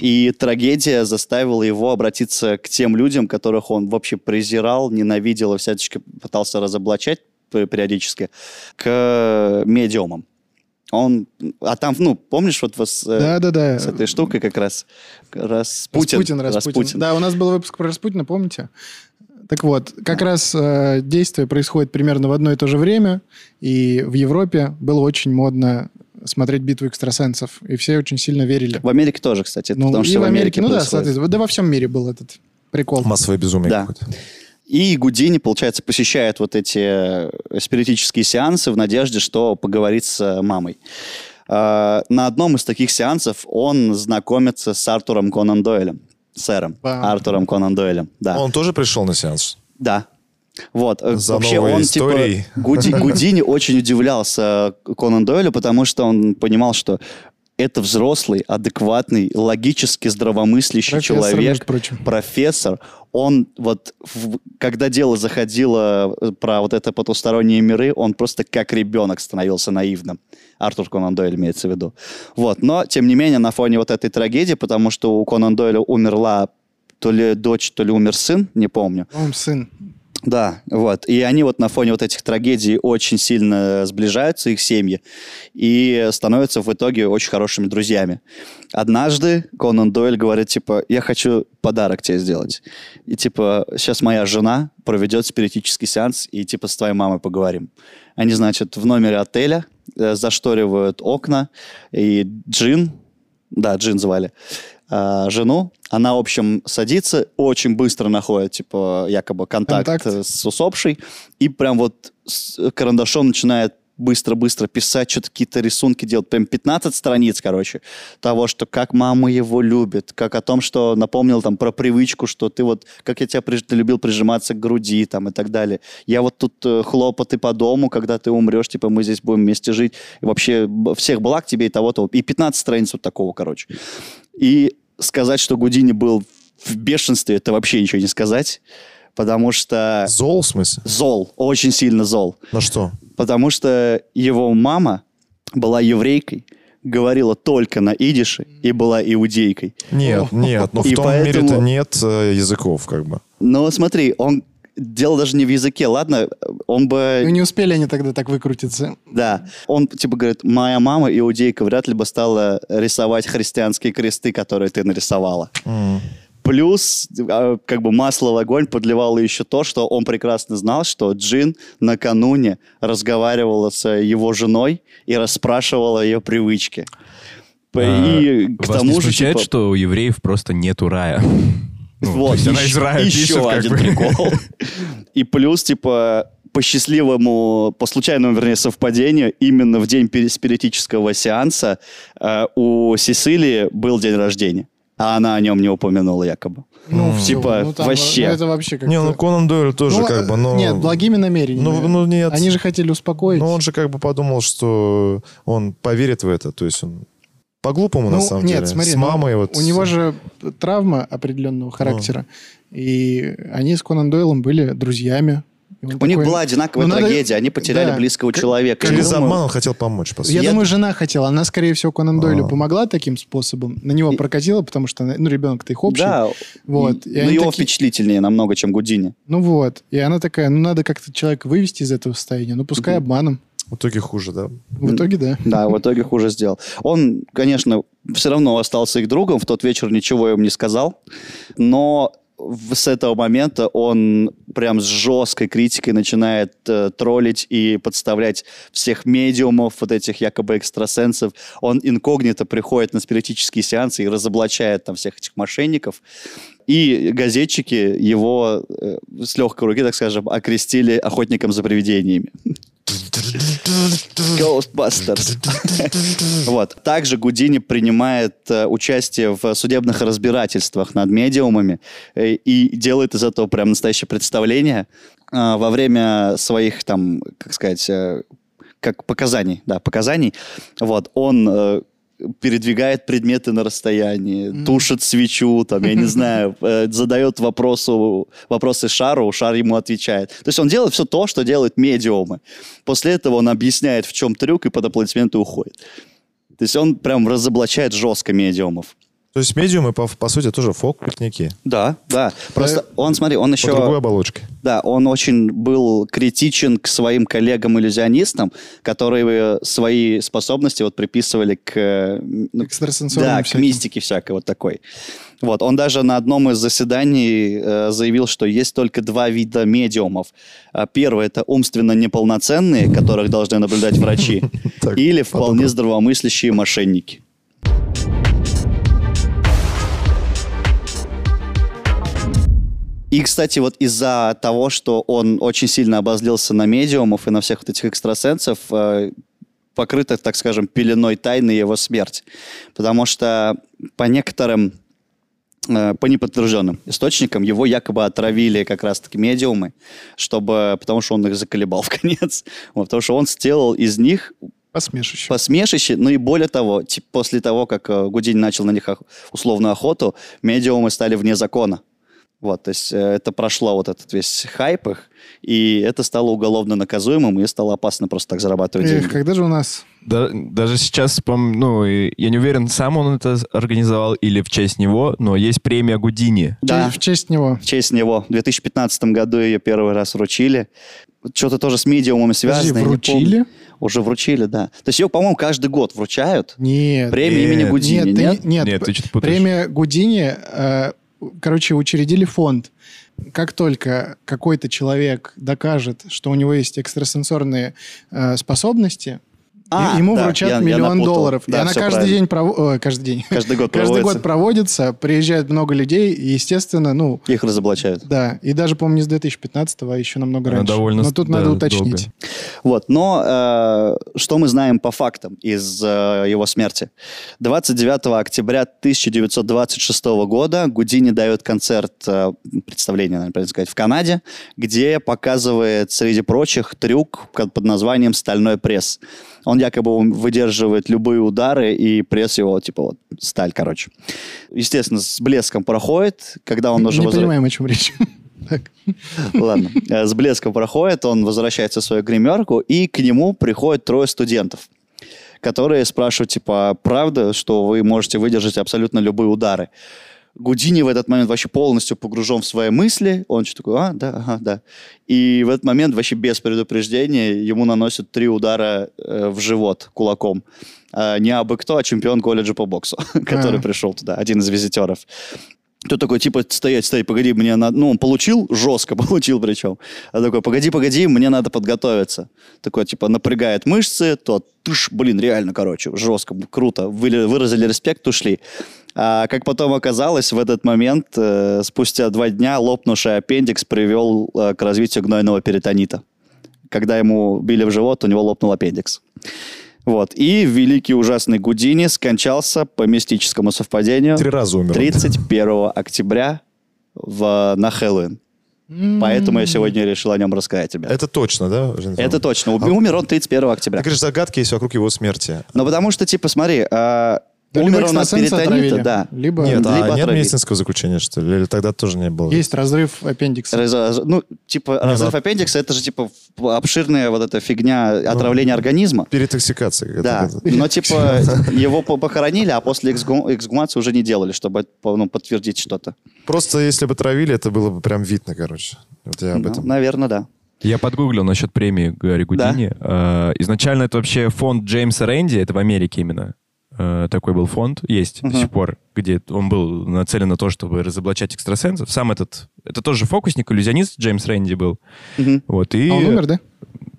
Speaker 3: И трагедия заставила его обратиться к тем людям, которых он вообще презирал, ненавидел и всячески пытался разоблачать пе- периодически, к медиумам. Он, а там, ну, помнишь, вот вас, э,
Speaker 2: Да-да-да.
Speaker 3: с этой штукой как раз Распутин.
Speaker 2: Распутин, Распутин. Да, у нас был выпуск про Распутина, помните? Так вот, как раз э, действие происходит примерно в одно и то же время, и в Европе было очень модно смотреть битву экстрасенсов, и все очень сильно верили.
Speaker 3: В Америке тоже, кстати,
Speaker 2: Ну,
Speaker 3: потому
Speaker 2: и
Speaker 3: что в Америке,
Speaker 2: ну да,
Speaker 3: происходит.
Speaker 2: соответственно, да во всем мире был этот прикол.
Speaker 1: Массовое безумие
Speaker 3: Да.
Speaker 1: какое-то.
Speaker 3: И Гудини, получается, посещает вот эти э, спиритические сеансы в надежде, что поговорит с э, мамой. Э, На одном из таких сеансов он знакомится с Артуром Конан Дойлем. Сэром.
Speaker 2: Бам.
Speaker 3: Артуром Конан Дойлем, да.
Speaker 1: Он тоже пришел на сеанс?
Speaker 3: Да. Вот, э,
Speaker 1: За
Speaker 3: вообще
Speaker 1: новой
Speaker 3: он,
Speaker 1: историей.
Speaker 3: типа, Гуди- Гудини очень удивлялся э, Конан Дойлю, потому что он понимал, что это взрослый, адекватный, логически здравомыслящий
Speaker 2: Профессор,
Speaker 3: человек,
Speaker 2: между прочим.
Speaker 3: профессор. Он вот, в- когда дело заходило э, про вот это потусторонние миры, он просто как ребенок становился наивным. Артур Конан Дойль имеется в виду. Вот, но, тем не менее, на фоне вот этой трагедии, потому что у Конан Дойля умерла то ли дочь, то ли умер сын, не помню.
Speaker 2: По-моему, сын.
Speaker 3: Да, вот. И они вот на фоне вот этих трагедий очень сильно сближаются, их семьи, и становятся в итоге очень хорошими друзьями. Однажды Конан Дойль говорит, типа, я хочу подарок тебе сделать. И типа, сейчас моя жена проведет спиритический сеанс, и типа с твоей мамой поговорим. Они, значит, в номере отеля э, зашторивают окна, и Джин, да, Джин звали, э, жену, она, в общем, садится, очень быстро находит, типа, якобы контакт,
Speaker 2: Контакт.
Speaker 3: э, с усопшей, и прям вот с карандашом начинает быстро-быстро писать, что-то какие-то рисунки делать. Прям 15 страниц, короче, того, что как мама его любит, как о том, что напомнил там про привычку, что ты вот, как я тебя приж- ты любил прижиматься к груди там и так далее. Я вот тут э, хлопоты по дому, когда ты умрешь, типа мы здесь будем вместе жить. И вообще б- всех благ тебе и того-того. И 15 страниц вот такого, короче. И сказать, что Гудини был в бешенстве, это вообще ничего не сказать, потому что
Speaker 1: Зол, в смысле?
Speaker 3: зол, очень сильно зол.
Speaker 1: На что?
Speaker 3: Потому что его мама была еврейкой, говорила только на идише и была иудейкой.
Speaker 1: Нет, нет, но в
Speaker 3: И
Speaker 1: том
Speaker 3: поэтому-
Speaker 1: мире-то нет э, языков, как бы.
Speaker 3: Но смотри, он дело даже не в языке, ладно, он бы...
Speaker 2: Ну, не успели они тогда так выкрутиться.
Speaker 3: Да. Он типа говорит, моя мама иудейка вряд ли бы стала рисовать христианские кресты, которые ты нарисовала.
Speaker 1: М.
Speaker 3: Плюс, э, как бы масло в огонь подливало еще то, что он прекрасно знал, что Джин накануне разговаривала с его женой и расспрашивала ее привычки. П- И к
Speaker 4: А, Вас
Speaker 3: тому
Speaker 4: не
Speaker 3: же...
Speaker 4: смущает,
Speaker 3: типа,
Speaker 4: что у евреев просто нету рая? Ну, то
Speaker 3: вот,
Speaker 4: есть она
Speaker 3: ещё-
Speaker 4: из рая
Speaker 3: еще
Speaker 4: пишет, как
Speaker 3: один
Speaker 4: бы.
Speaker 3: прикол. И плюс, типа, по счастливому, по случайному, вернее, совпадению, именно в день пери- спиритического сеанса э, у Сесилии был день рождения. А она о нем не упомянула якобы.
Speaker 2: Ну, всё,
Speaker 3: Типа,
Speaker 2: ну, там,
Speaker 3: вообще.
Speaker 2: ну, это вообще как э,
Speaker 1: Не, ну Конан Дойль тоже как бы, ну...
Speaker 2: Нет, благими намерениями.
Speaker 1: Ну, ну, нет.
Speaker 2: Они же хотели успокоить.
Speaker 1: Но он же как бы подумал, что он поверит в это, то есть он по-глупому на
Speaker 2: Ну,
Speaker 1: самом
Speaker 2: нет,
Speaker 1: деле.
Speaker 2: смотри,
Speaker 1: с
Speaker 2: ну,
Speaker 1: мамой вот.
Speaker 2: У него же травма определенного характера. И они с Конан Дойлом были друзьями. И он
Speaker 3: У них
Speaker 2: такой-
Speaker 3: была одинаковая
Speaker 2: Ну, надо-
Speaker 3: трагедия, они потеряли
Speaker 2: Да.
Speaker 3: близкого
Speaker 2: К-
Speaker 3: человека.
Speaker 1: Через
Speaker 3: Я думаю,
Speaker 1: обман он хотел помочь, по сути.
Speaker 2: Я,
Speaker 3: Я-
Speaker 2: думаю, жена хотела. Она, скорее всего, Конан Дойлю
Speaker 1: А.
Speaker 2: помогла таким способом. На него
Speaker 3: И-
Speaker 2: прокатила, потому что, ну, ребенок-то их общий.
Speaker 3: Да,
Speaker 2: Вот.
Speaker 3: и-
Speaker 2: И
Speaker 3: но
Speaker 2: они
Speaker 3: его
Speaker 2: такие-
Speaker 3: впечатлительнее намного, чем Гудини.
Speaker 2: Ну вот. И она такая, ну, надо как-то человека вывести из этого состояния. Ну, пускай
Speaker 3: Мгм.
Speaker 2: обманом.
Speaker 1: В итоге хуже, да.
Speaker 2: В итоге, да.
Speaker 3: Да, в итоге хуже сделал. Он, конечно, все равно остался их другом. В тот вечер ничего им не сказал. Но в- с этого момента он прям с жесткой критикой начинает э, троллить и подставлять всех медиумов, вот этих якобы экстрасенсов. Он инкогнито приходит на спиритические сеансы и разоблачает там всех этих мошенников. И газетчики его э, с легкой руки, так скажем, окрестили охотником за привидениями. Ghostbusters. Вот. Также Гудини принимает э, участие в судебных разбирательствах над медиумами э, и делает из этого прям настоящее представление А, во время своих там, как сказать, э, как показаний, да, показаний. Вот он э, передвигает предметы на расстоянии,
Speaker 2: Мгм.
Speaker 3: тушит свечу, там, я не знаю, э, задает вопросу, вопросы Шару, Шар ему отвечает. То есть он делает все то, что делают медиумы. После этого он объясняет, в чем трюк, и под аплодисменты уходит. То есть он прям разоблачает жестко медиумов.
Speaker 1: То есть медиумы, по, по сути, тоже фокусники.
Speaker 3: Да, да. Просто он, смотри, он еще...
Speaker 1: По другой оболочке.
Speaker 3: Да, он очень был критичен к своим коллегам-иллюзионистам, которые э, свои способности вот приписывали к... э, ну,
Speaker 2: Экстрасенсорным
Speaker 3: да, к
Speaker 2: всяким.
Speaker 3: мистике всякой вот такой. Вот, он даже на одном из заседаний э, заявил, что есть только два вида медиумов. А Первый — это умственно неполноценные, которых должны наблюдать врачи,
Speaker 1: Так,
Speaker 3: или вполне
Speaker 1: подумал.
Speaker 3: здравомыслящие мошенники. И, кстати, вот из-за того, что он очень сильно обозлился на медиумов и на всех вот этих экстрасенсов, э, покрыта, так скажем, пеленой тайны его смерть. Потому что по некоторым, э, по неподтвержденным источникам, его якобы отравили как раз-таки медиумы, чтобы, потому что он их заколебал в конец. Вот, потому что он сделал из них
Speaker 2: Посмешище.
Speaker 3: посмешище, ну и более того, ти- после того, как э, Гудини начал на них ох- условную охоту, медиумы стали вне закона. Вот, то есть э, это прошло вот этот весь хайп их, и это стало уголовно наказуемым, и стало опасно просто так зарабатывать
Speaker 2: Эх,
Speaker 3: деньги.
Speaker 2: когда же у нас...
Speaker 4: Да- даже сейчас, вспом- ну, и я не уверен, сам он это организовал или в честь него, но есть премия Гудини.
Speaker 3: Да.
Speaker 2: В честь него.
Speaker 3: В честь него. В 2015 году ее первый раз вручили. Что-то тоже с медиумами связано.
Speaker 2: Подожди,
Speaker 3: я не
Speaker 2: вручили?
Speaker 3: помню. Уже вручили, да. То есть ее, по-моему, каждый год вручают.
Speaker 2: Нет.
Speaker 3: Премия имени
Speaker 4: Нет.
Speaker 3: Гудини,
Speaker 2: ты-
Speaker 3: нет?
Speaker 2: Нет,
Speaker 4: Нет, ты что-то путаешь.
Speaker 2: Премия Гудини, э, короче, учредили фонд. Как только какой-то человек докажет, что у него есть экстрасенсорные э, способности,
Speaker 3: А,
Speaker 2: и- ему
Speaker 3: да,
Speaker 2: вручат
Speaker 3: я- я
Speaker 2: миллион
Speaker 3: напутал.
Speaker 2: долларов.
Speaker 3: Да,
Speaker 2: и она
Speaker 3: всё
Speaker 2: каждый
Speaker 3: правильно.
Speaker 2: день прово- ой, каждый день.
Speaker 3: Каждый год
Speaker 2: Каждый
Speaker 3: проводится.
Speaker 2: год проводится, приезжает много людей, и, естественно, ну,
Speaker 3: Их разоблачают.
Speaker 2: да. И даже, по-моему, не с 2015, а еще намного
Speaker 4: Она
Speaker 2: раньше.
Speaker 4: довольно
Speaker 2: Но тут
Speaker 4: с- да,
Speaker 2: надо уточнить.
Speaker 3: Вот, но э, что мы знаем по фактам из э, его смерти? 29 октября 1926 года Гудини дает концерт, э, представление, наверное, правильно сказать, в Канаде, где показывает, среди прочих, трюк ко- под названием «Стальной пресс». Он якобы ум- выдерживает любые удары, и пресс его, типа, вот, сталь, короче. Естественно, с блеском проходит, когда он уже
Speaker 2: Не
Speaker 3: возвра-
Speaker 2: понимаем, о чем речь. Так.
Speaker 3: Ладно. Э, С блеском проходит, он возвращается в свою гримерку, и к нему приходят трое студентов, «А которые спрашивают, типа, правда, что вы можете выдержать абсолютно любые удары? Гудини в этот момент вообще полностью погружен в свои мысли. Он что такой, а, да, ага, да. И в этот момент вообще без предупреждения ему наносят три удара э, в живот кулаком. Э, не абы кто, а чемпион колледжа по боксу, который
Speaker 2: А.
Speaker 3: пришел туда, один из визитеров. Тут такой, типа, стоять, стоять, погоди, мне надо... Ну, он получил, жестко получил причем. А такой, погоди, погоди, мне надо подготовиться. Такой, типа, напрягает мышцы, то тыш, блин, реально, короче, жестко, круто. Выли- Выразили респект, ушли. А как потом оказалось, в этот момент, э, спустя два дня, лопнувший аппендикс привел э, к развитию гнойного перитонита. Когда ему били в живот, у него лопнул аппендикс. Вот. И великий ужасный Гудини скончался по мистическому совпадению.
Speaker 1: Три раза умер. он.
Speaker 3: 31 октября в, на Хэллоуин.
Speaker 2: М-м-м.
Speaker 3: Поэтому я сегодня решил о нем рассказать тебе. Это,
Speaker 1: Это точно, да? Жень, там?
Speaker 3: точно.
Speaker 2: А
Speaker 3: Уби- Умер он 31 октября.
Speaker 1: Ты говоришь, загадки есть вокруг его смерти.
Speaker 3: Но потому что, типа, смотри, а,
Speaker 2: Да, либо
Speaker 3: умер он от
Speaker 2: экстрасенса
Speaker 3: перитонита,
Speaker 2: отравили,
Speaker 3: да.
Speaker 2: либо
Speaker 1: Нет,
Speaker 3: Либо
Speaker 1: а нет
Speaker 3: отравили.
Speaker 1: медицинского заключения, что ли? Или тогда тоже не было?
Speaker 2: есть разрыв аппендикса.
Speaker 3: Раз- раз- ну, типа, разрыв
Speaker 1: ну-
Speaker 3: аппендикса, это же, типа, в- обширная вот эта фигня отравления организма.
Speaker 1: Перетоксикация. какая-то.
Speaker 3: Да, но типа его по- похоронили, а после эксгу- эксгумации уже не делали, чтобы ну, подтвердить что-то.
Speaker 1: Просто если бы травили, это было бы прям видно, короче. Вот я об этом.
Speaker 3: наверное, Ну, да.
Speaker 4: Я подгуглил насчет премии Гарри Гудини. Э, Изначально это вообще фонд Джеймса Рэнди, это в Америке именно. э, Такой был фонд, есть до
Speaker 3: Мгм.
Speaker 4: сих пор, где он был нацелен на то, чтобы разоблачать экстрасенсов. Сам этот, это тоже фокусник, иллюзионист Джеймс Рэнди был.
Speaker 3: Мгм.
Speaker 4: Вот, и,
Speaker 2: А он умер, да?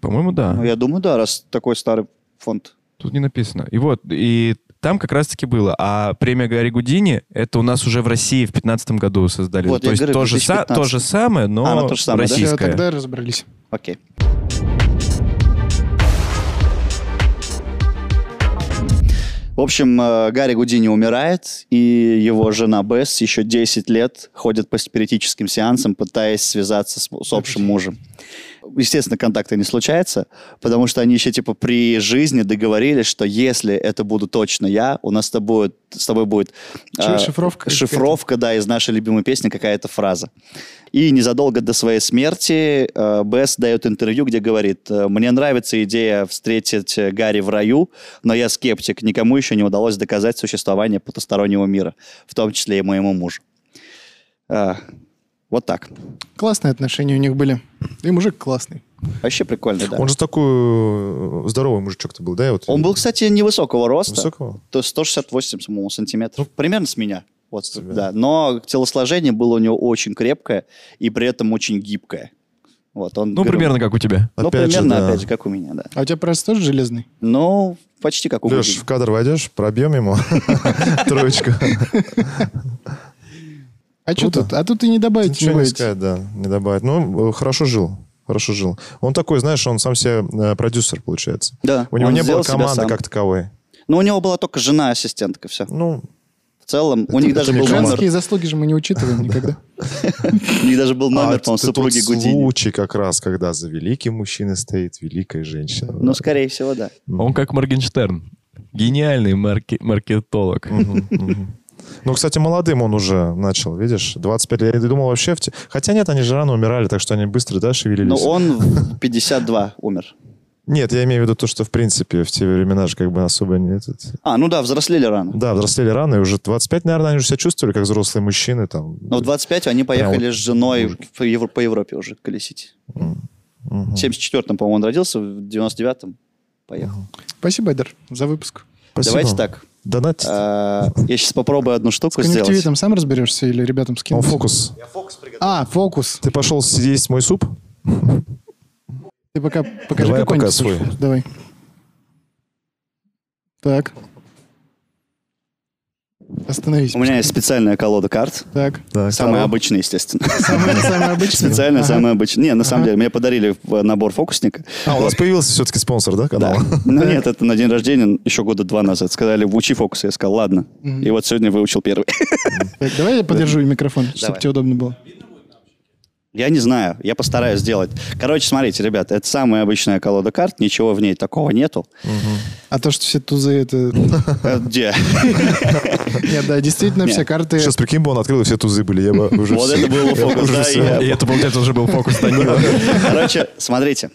Speaker 4: по-моему, да.
Speaker 3: Ну, я думаю, да, раз такой старый фонд.
Speaker 4: Тут не написано. И вот, и там как раз-таки было. А премия Гарри Гудини, это у нас уже в России в 2015 году создали.
Speaker 3: Вот,
Speaker 4: то
Speaker 3: я
Speaker 4: есть
Speaker 3: говорю,
Speaker 4: то же, са-
Speaker 3: 2015.
Speaker 4: то же самое, но
Speaker 3: А, она то же самое, да?
Speaker 2: Всё,
Speaker 4: российское.
Speaker 2: тогда разобрались.
Speaker 3: Окей. В общем, э, Гарри Гудини умирает, и его жена Бесс еще 10 лет ходит по спиритическим сеансам, пытаясь связаться с, с общим мужем. Естественно, контакта не случается, потому что они еще типа при жизни договорились, что если это буду точно я, у нас с тобой, с тобой будет
Speaker 2: Чё,
Speaker 3: э,
Speaker 2: шифровка какая-то?
Speaker 3: шифровка, да, из нашей любимой песни какая-то фраза. И незадолго до своей смерти э, Бесс дает интервью, где говорит, э, мне нравится идея встретить э, Гарри в раю, но я скептик, никому еще не удалось доказать существование потустороннего мира, в том числе и моему мужу. Э, вот так.
Speaker 2: Классные отношения у них были. И мужик классный.
Speaker 3: Вообще прикольно, да.
Speaker 1: Он же такой э, здоровый мужичок-то был, да? и Вот
Speaker 3: Он был, кстати, невысокого роста,
Speaker 1: Высокого?
Speaker 3: то есть 168 самому сантиметров, примерно с меня. Вот,
Speaker 1: Ну, тебя.
Speaker 3: да. Но телосложение было у него очень крепкое и при этом очень гибкое. Вот, он,
Speaker 4: Ну,
Speaker 3: говорю,
Speaker 4: примерно как у тебя.
Speaker 3: Ну,
Speaker 1: Опять же,
Speaker 3: примерно,
Speaker 1: да.
Speaker 3: опять же, как у меня, да.
Speaker 2: А у тебя пресс тоже железный?
Speaker 3: Ну, почти как у
Speaker 1: Леш,
Speaker 3: Гудини.
Speaker 1: в кадр войдешь, пробьем ему троечку.
Speaker 2: А что
Speaker 1: Круто.
Speaker 2: тут? А тут и не добавить, и не
Speaker 1: Ничего не
Speaker 2: убавить.
Speaker 1: сказать, да, не добавить. Ну, э, хорошо жил, хорошо жил. Он такой, знаешь, он сам себе э, продюсер, получается.
Speaker 3: Да,
Speaker 1: У него
Speaker 3: он
Speaker 1: не было
Speaker 3: сделал себя
Speaker 1: команды
Speaker 3: сам.
Speaker 1: как таковой.
Speaker 3: Но у него была только жена ассистентка, все.
Speaker 1: Ну,
Speaker 3: В целом, у
Speaker 1: Это-
Speaker 3: них
Speaker 1: это
Speaker 3: даже
Speaker 1: не
Speaker 3: был
Speaker 1: женский
Speaker 3: номер,
Speaker 2: Женские заслуги же мы не учитываем никогда.
Speaker 3: у них даже был номер,
Speaker 1: а
Speaker 3: по-моему,
Speaker 1: это тот
Speaker 3: супруги Гудини.
Speaker 1: случай как раз, когда за великим мужчиной стоит великая женщина.
Speaker 3: Ну, скорее всего, да.
Speaker 4: Он как Моргенштерн. Гениальный марке- маркетолог.
Speaker 1: Мгм, мгм. Ну, кстати, молодым он уже начал, видишь, 25 лет. Я думал, вообще... в те- Хотя нет, они же рано умирали, так что они быстро, да, шевелились.
Speaker 3: Но он в 52 умер.
Speaker 1: Нет, я имею в виду то, что, в принципе, в те времена же как бы особо не этот...
Speaker 3: А, ну да, взрослели рано.
Speaker 1: Да, взрослели рано, и уже 25, наверное, они уже себя чувствовали, как взрослые мужчины там.
Speaker 3: Но в 25 они поехали
Speaker 1: вот
Speaker 3: с женой
Speaker 1: мужики.
Speaker 3: по, Евро- по Европе уже колесить.
Speaker 1: Мгм.
Speaker 3: В 74-м, по-моему, он родился, в 99-м поехал.
Speaker 2: Спасибо, Айдар, за выпуск.
Speaker 1: Спасибо.
Speaker 3: Давайте так.
Speaker 1: Донатить.
Speaker 3: а, Я сейчас попробую одну штуку
Speaker 2: С
Speaker 3: сделать. Ну,
Speaker 2: конъюнктивитом сам разберешься или ребятам
Speaker 1: О,
Speaker 2: скинуть?
Speaker 1: фокус.
Speaker 2: А, фокус.
Speaker 1: Ты пошел съесть мой суп?
Speaker 2: Ты пока покажи
Speaker 1: Давай я
Speaker 2: какой-нибудь.
Speaker 1: пока свой.
Speaker 2: фокус. Давай. Так. Остановись.
Speaker 3: У меня есть специальная колода карт.
Speaker 2: Так.
Speaker 1: Да,
Speaker 3: Самая обычная, естественно.
Speaker 2: Самое, самое обычное.
Speaker 3: Специально
Speaker 2: Ага.
Speaker 3: самое обычное. Не, на самом деле, мне подарили в- э, набор фокусника.
Speaker 1: А, у нас появился все-таки спонсор, да, канала?
Speaker 3: Да. Ну нет, это на день рождения еще года два назад. Сказали, учи фокусы. Я сказал, ладно. И вот сегодня выучил первый.
Speaker 2: Так, давай я подержу микрофон, чтобы
Speaker 3: Давай.
Speaker 2: тебе удобно было.
Speaker 3: Я не знаю, я постараюсь сделать. Короче, смотрите, ребята, это самая обычная колода карт, ничего в ней такого нету.
Speaker 2: А то, что все тузы, это...
Speaker 3: Э, Где?
Speaker 2: Нет, да, действительно,
Speaker 3: Нет.
Speaker 2: все карты...
Speaker 1: Сейчас, прикинь бы, он открыл, и все тузы были. Я бы уже
Speaker 3: Вот
Speaker 1: всё-
Speaker 3: это был
Speaker 1: я бы
Speaker 3: фокус,
Speaker 1: уже
Speaker 3: да,
Speaker 1: всё.
Speaker 3: и я-
Speaker 4: И это, получается, уже был фокус Данила.
Speaker 3: Короче, смотрите.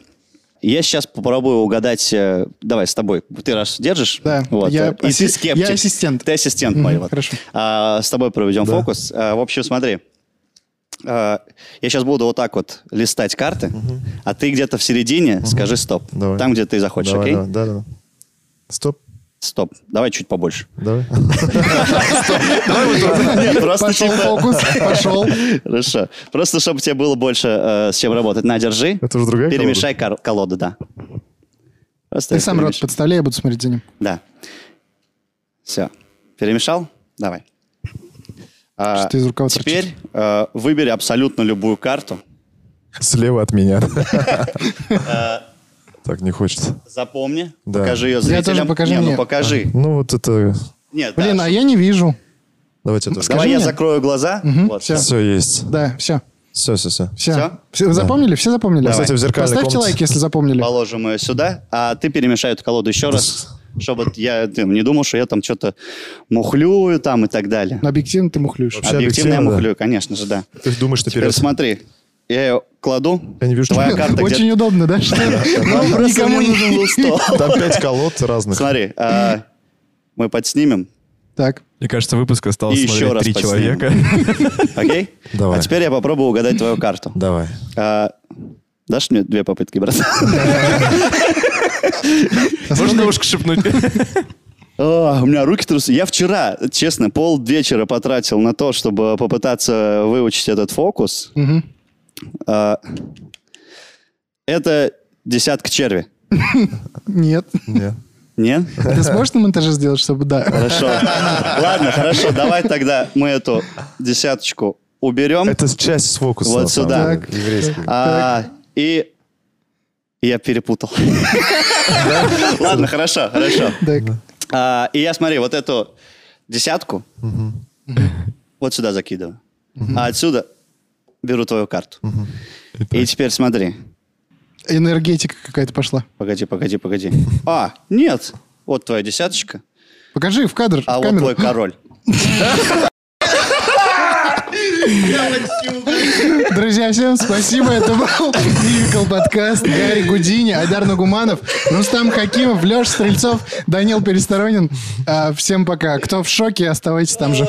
Speaker 3: Я сейчас попробую угадать... э, Давай, с тобой. Ты раз держишь?
Speaker 2: Да,
Speaker 3: Вот.
Speaker 2: я
Speaker 3: э, И ты
Speaker 2: асси-
Speaker 3: скептик.
Speaker 2: я ассистент.
Speaker 3: Ты ассистент
Speaker 2: Мгм,
Speaker 3: мой. вот.
Speaker 2: хорошо.
Speaker 3: А, с тобой проведем фокус. А, в общем, смотри. А, я сейчас буду вот так вот листать карты, а ты где-то в середине скажи «стоп».
Speaker 1: Давай.
Speaker 3: Там, где ты захочешь,
Speaker 1: Давай,
Speaker 3: окей?
Speaker 1: давай, да, да. Стоп.
Speaker 3: Стоп. Давай чуть побольше.
Speaker 1: Давай.
Speaker 3: Нет, просто
Speaker 2: Пошел
Speaker 3: типа-
Speaker 2: фокус, пошел.
Speaker 3: Хорошо. Просто, чтобы тебе было больше э, с чем работать. На, держи.
Speaker 1: Это уже другая
Speaker 3: Перемешай кор- колоду, да. Просто
Speaker 2: Ты сам рот
Speaker 3: перемеш-
Speaker 2: подставляй, я буду смотреть за ним.
Speaker 3: Да. Все. Перемешал? Давай. А,
Speaker 2: Что-то из рукава торчит.
Speaker 3: Теперь э, выбери абсолютно любую карту.
Speaker 1: Слева от меня.
Speaker 3: А.
Speaker 1: Так не хочется.
Speaker 3: Запомни.
Speaker 1: Да.
Speaker 3: Покажи ее зрителям.
Speaker 2: тоже покажи
Speaker 3: Не, ну
Speaker 2: мне.
Speaker 3: покажи.
Speaker 1: Ну вот это...
Speaker 3: Нет,
Speaker 2: Блин,
Speaker 3: да.
Speaker 2: а я не вижу.
Speaker 1: Давайте это...
Speaker 3: Давай я
Speaker 2: мне.
Speaker 3: закрою глаза. Вот.
Speaker 2: всё.
Speaker 1: Все есть.
Speaker 2: Да, все.
Speaker 1: Все, все, все.
Speaker 2: Все.
Speaker 3: Всё?
Speaker 2: Запомнили? Все запомнили?
Speaker 1: Кстати, в зеркальной
Speaker 2: Поставьте
Speaker 1: комнате.
Speaker 2: лайк, если запомнили.
Speaker 3: Положим ее сюда, а ты перемешай эту колоду еще раз, чтобы я ты, не думал, что я там что-то мухлюю там и так далее.
Speaker 2: Но Объективно ты мухлюешь.
Speaker 1: Вообще
Speaker 3: Объективно я
Speaker 1: объективно, да.
Speaker 3: мухлюю, конечно же, да.
Speaker 1: Ты думаешь
Speaker 3: Теперь
Speaker 1: наперед.
Speaker 3: смотри, я ее кладу,
Speaker 1: Я не вижу, что
Speaker 3: твоя
Speaker 1: там.
Speaker 3: карта
Speaker 2: Очень
Speaker 3: где-то...
Speaker 2: удобно, да? что ли? Ну,
Speaker 3: Просто
Speaker 2: никому
Speaker 3: мне
Speaker 2: не
Speaker 3: нужен был стол.
Speaker 1: Там пять колод разных.
Speaker 3: Смотри, а, мы подснимем,
Speaker 2: Так,
Speaker 4: Мне кажется, выпуск осталось
Speaker 3: И еще
Speaker 4: смотреть
Speaker 3: раз
Speaker 4: три
Speaker 3: подснимем.
Speaker 4: человека.
Speaker 3: окей?
Speaker 1: Давай.
Speaker 3: А теперь я попробую угадать твою карту.
Speaker 1: Давай.
Speaker 3: А, Дашь мне две попытки, брат?
Speaker 4: Можно ушко шепнуть?
Speaker 3: А, у меня руки трусят. Я вчера, честно, полвечера потратил на то, чтобы попытаться выучить этот фокус. А, это десятка черви.
Speaker 2: нет.
Speaker 1: Не.
Speaker 3: Нет?
Speaker 2: Ты сможешь на монтаже сделать, чтобы да?
Speaker 3: Хорошо. Ладно, хорошо, давай тогда мы эту десяточку уберем.
Speaker 1: Это часть с фокуса.
Speaker 3: Вот
Speaker 1: на самом
Speaker 3: сюда.
Speaker 1: деле, еврейского.
Speaker 3: А, и я перепутал. Ладно, хорошо, хорошо.
Speaker 2: Так.
Speaker 3: А, И я смотри, вот эту десятку вот сюда закидываю. А отсюда беру твою карту. И теперь смотри.
Speaker 2: Энергетика какая-то пошла.
Speaker 3: Погоди, погоди, погоди. А, нет. Вот твоя десяточка.
Speaker 2: Покажи в кадр,
Speaker 3: А
Speaker 2: в
Speaker 3: вот
Speaker 2: камеру.
Speaker 3: твой король.
Speaker 2: Друзья, всем спасибо. Это был Мюзикл подкаст. Гарри Гудини, Айдар Нагуманов, Рустам Хакимов, Леша Стрельцов, Данил Пересторонин. А, Всем пока. Кто в шоке, оставайтесь там же.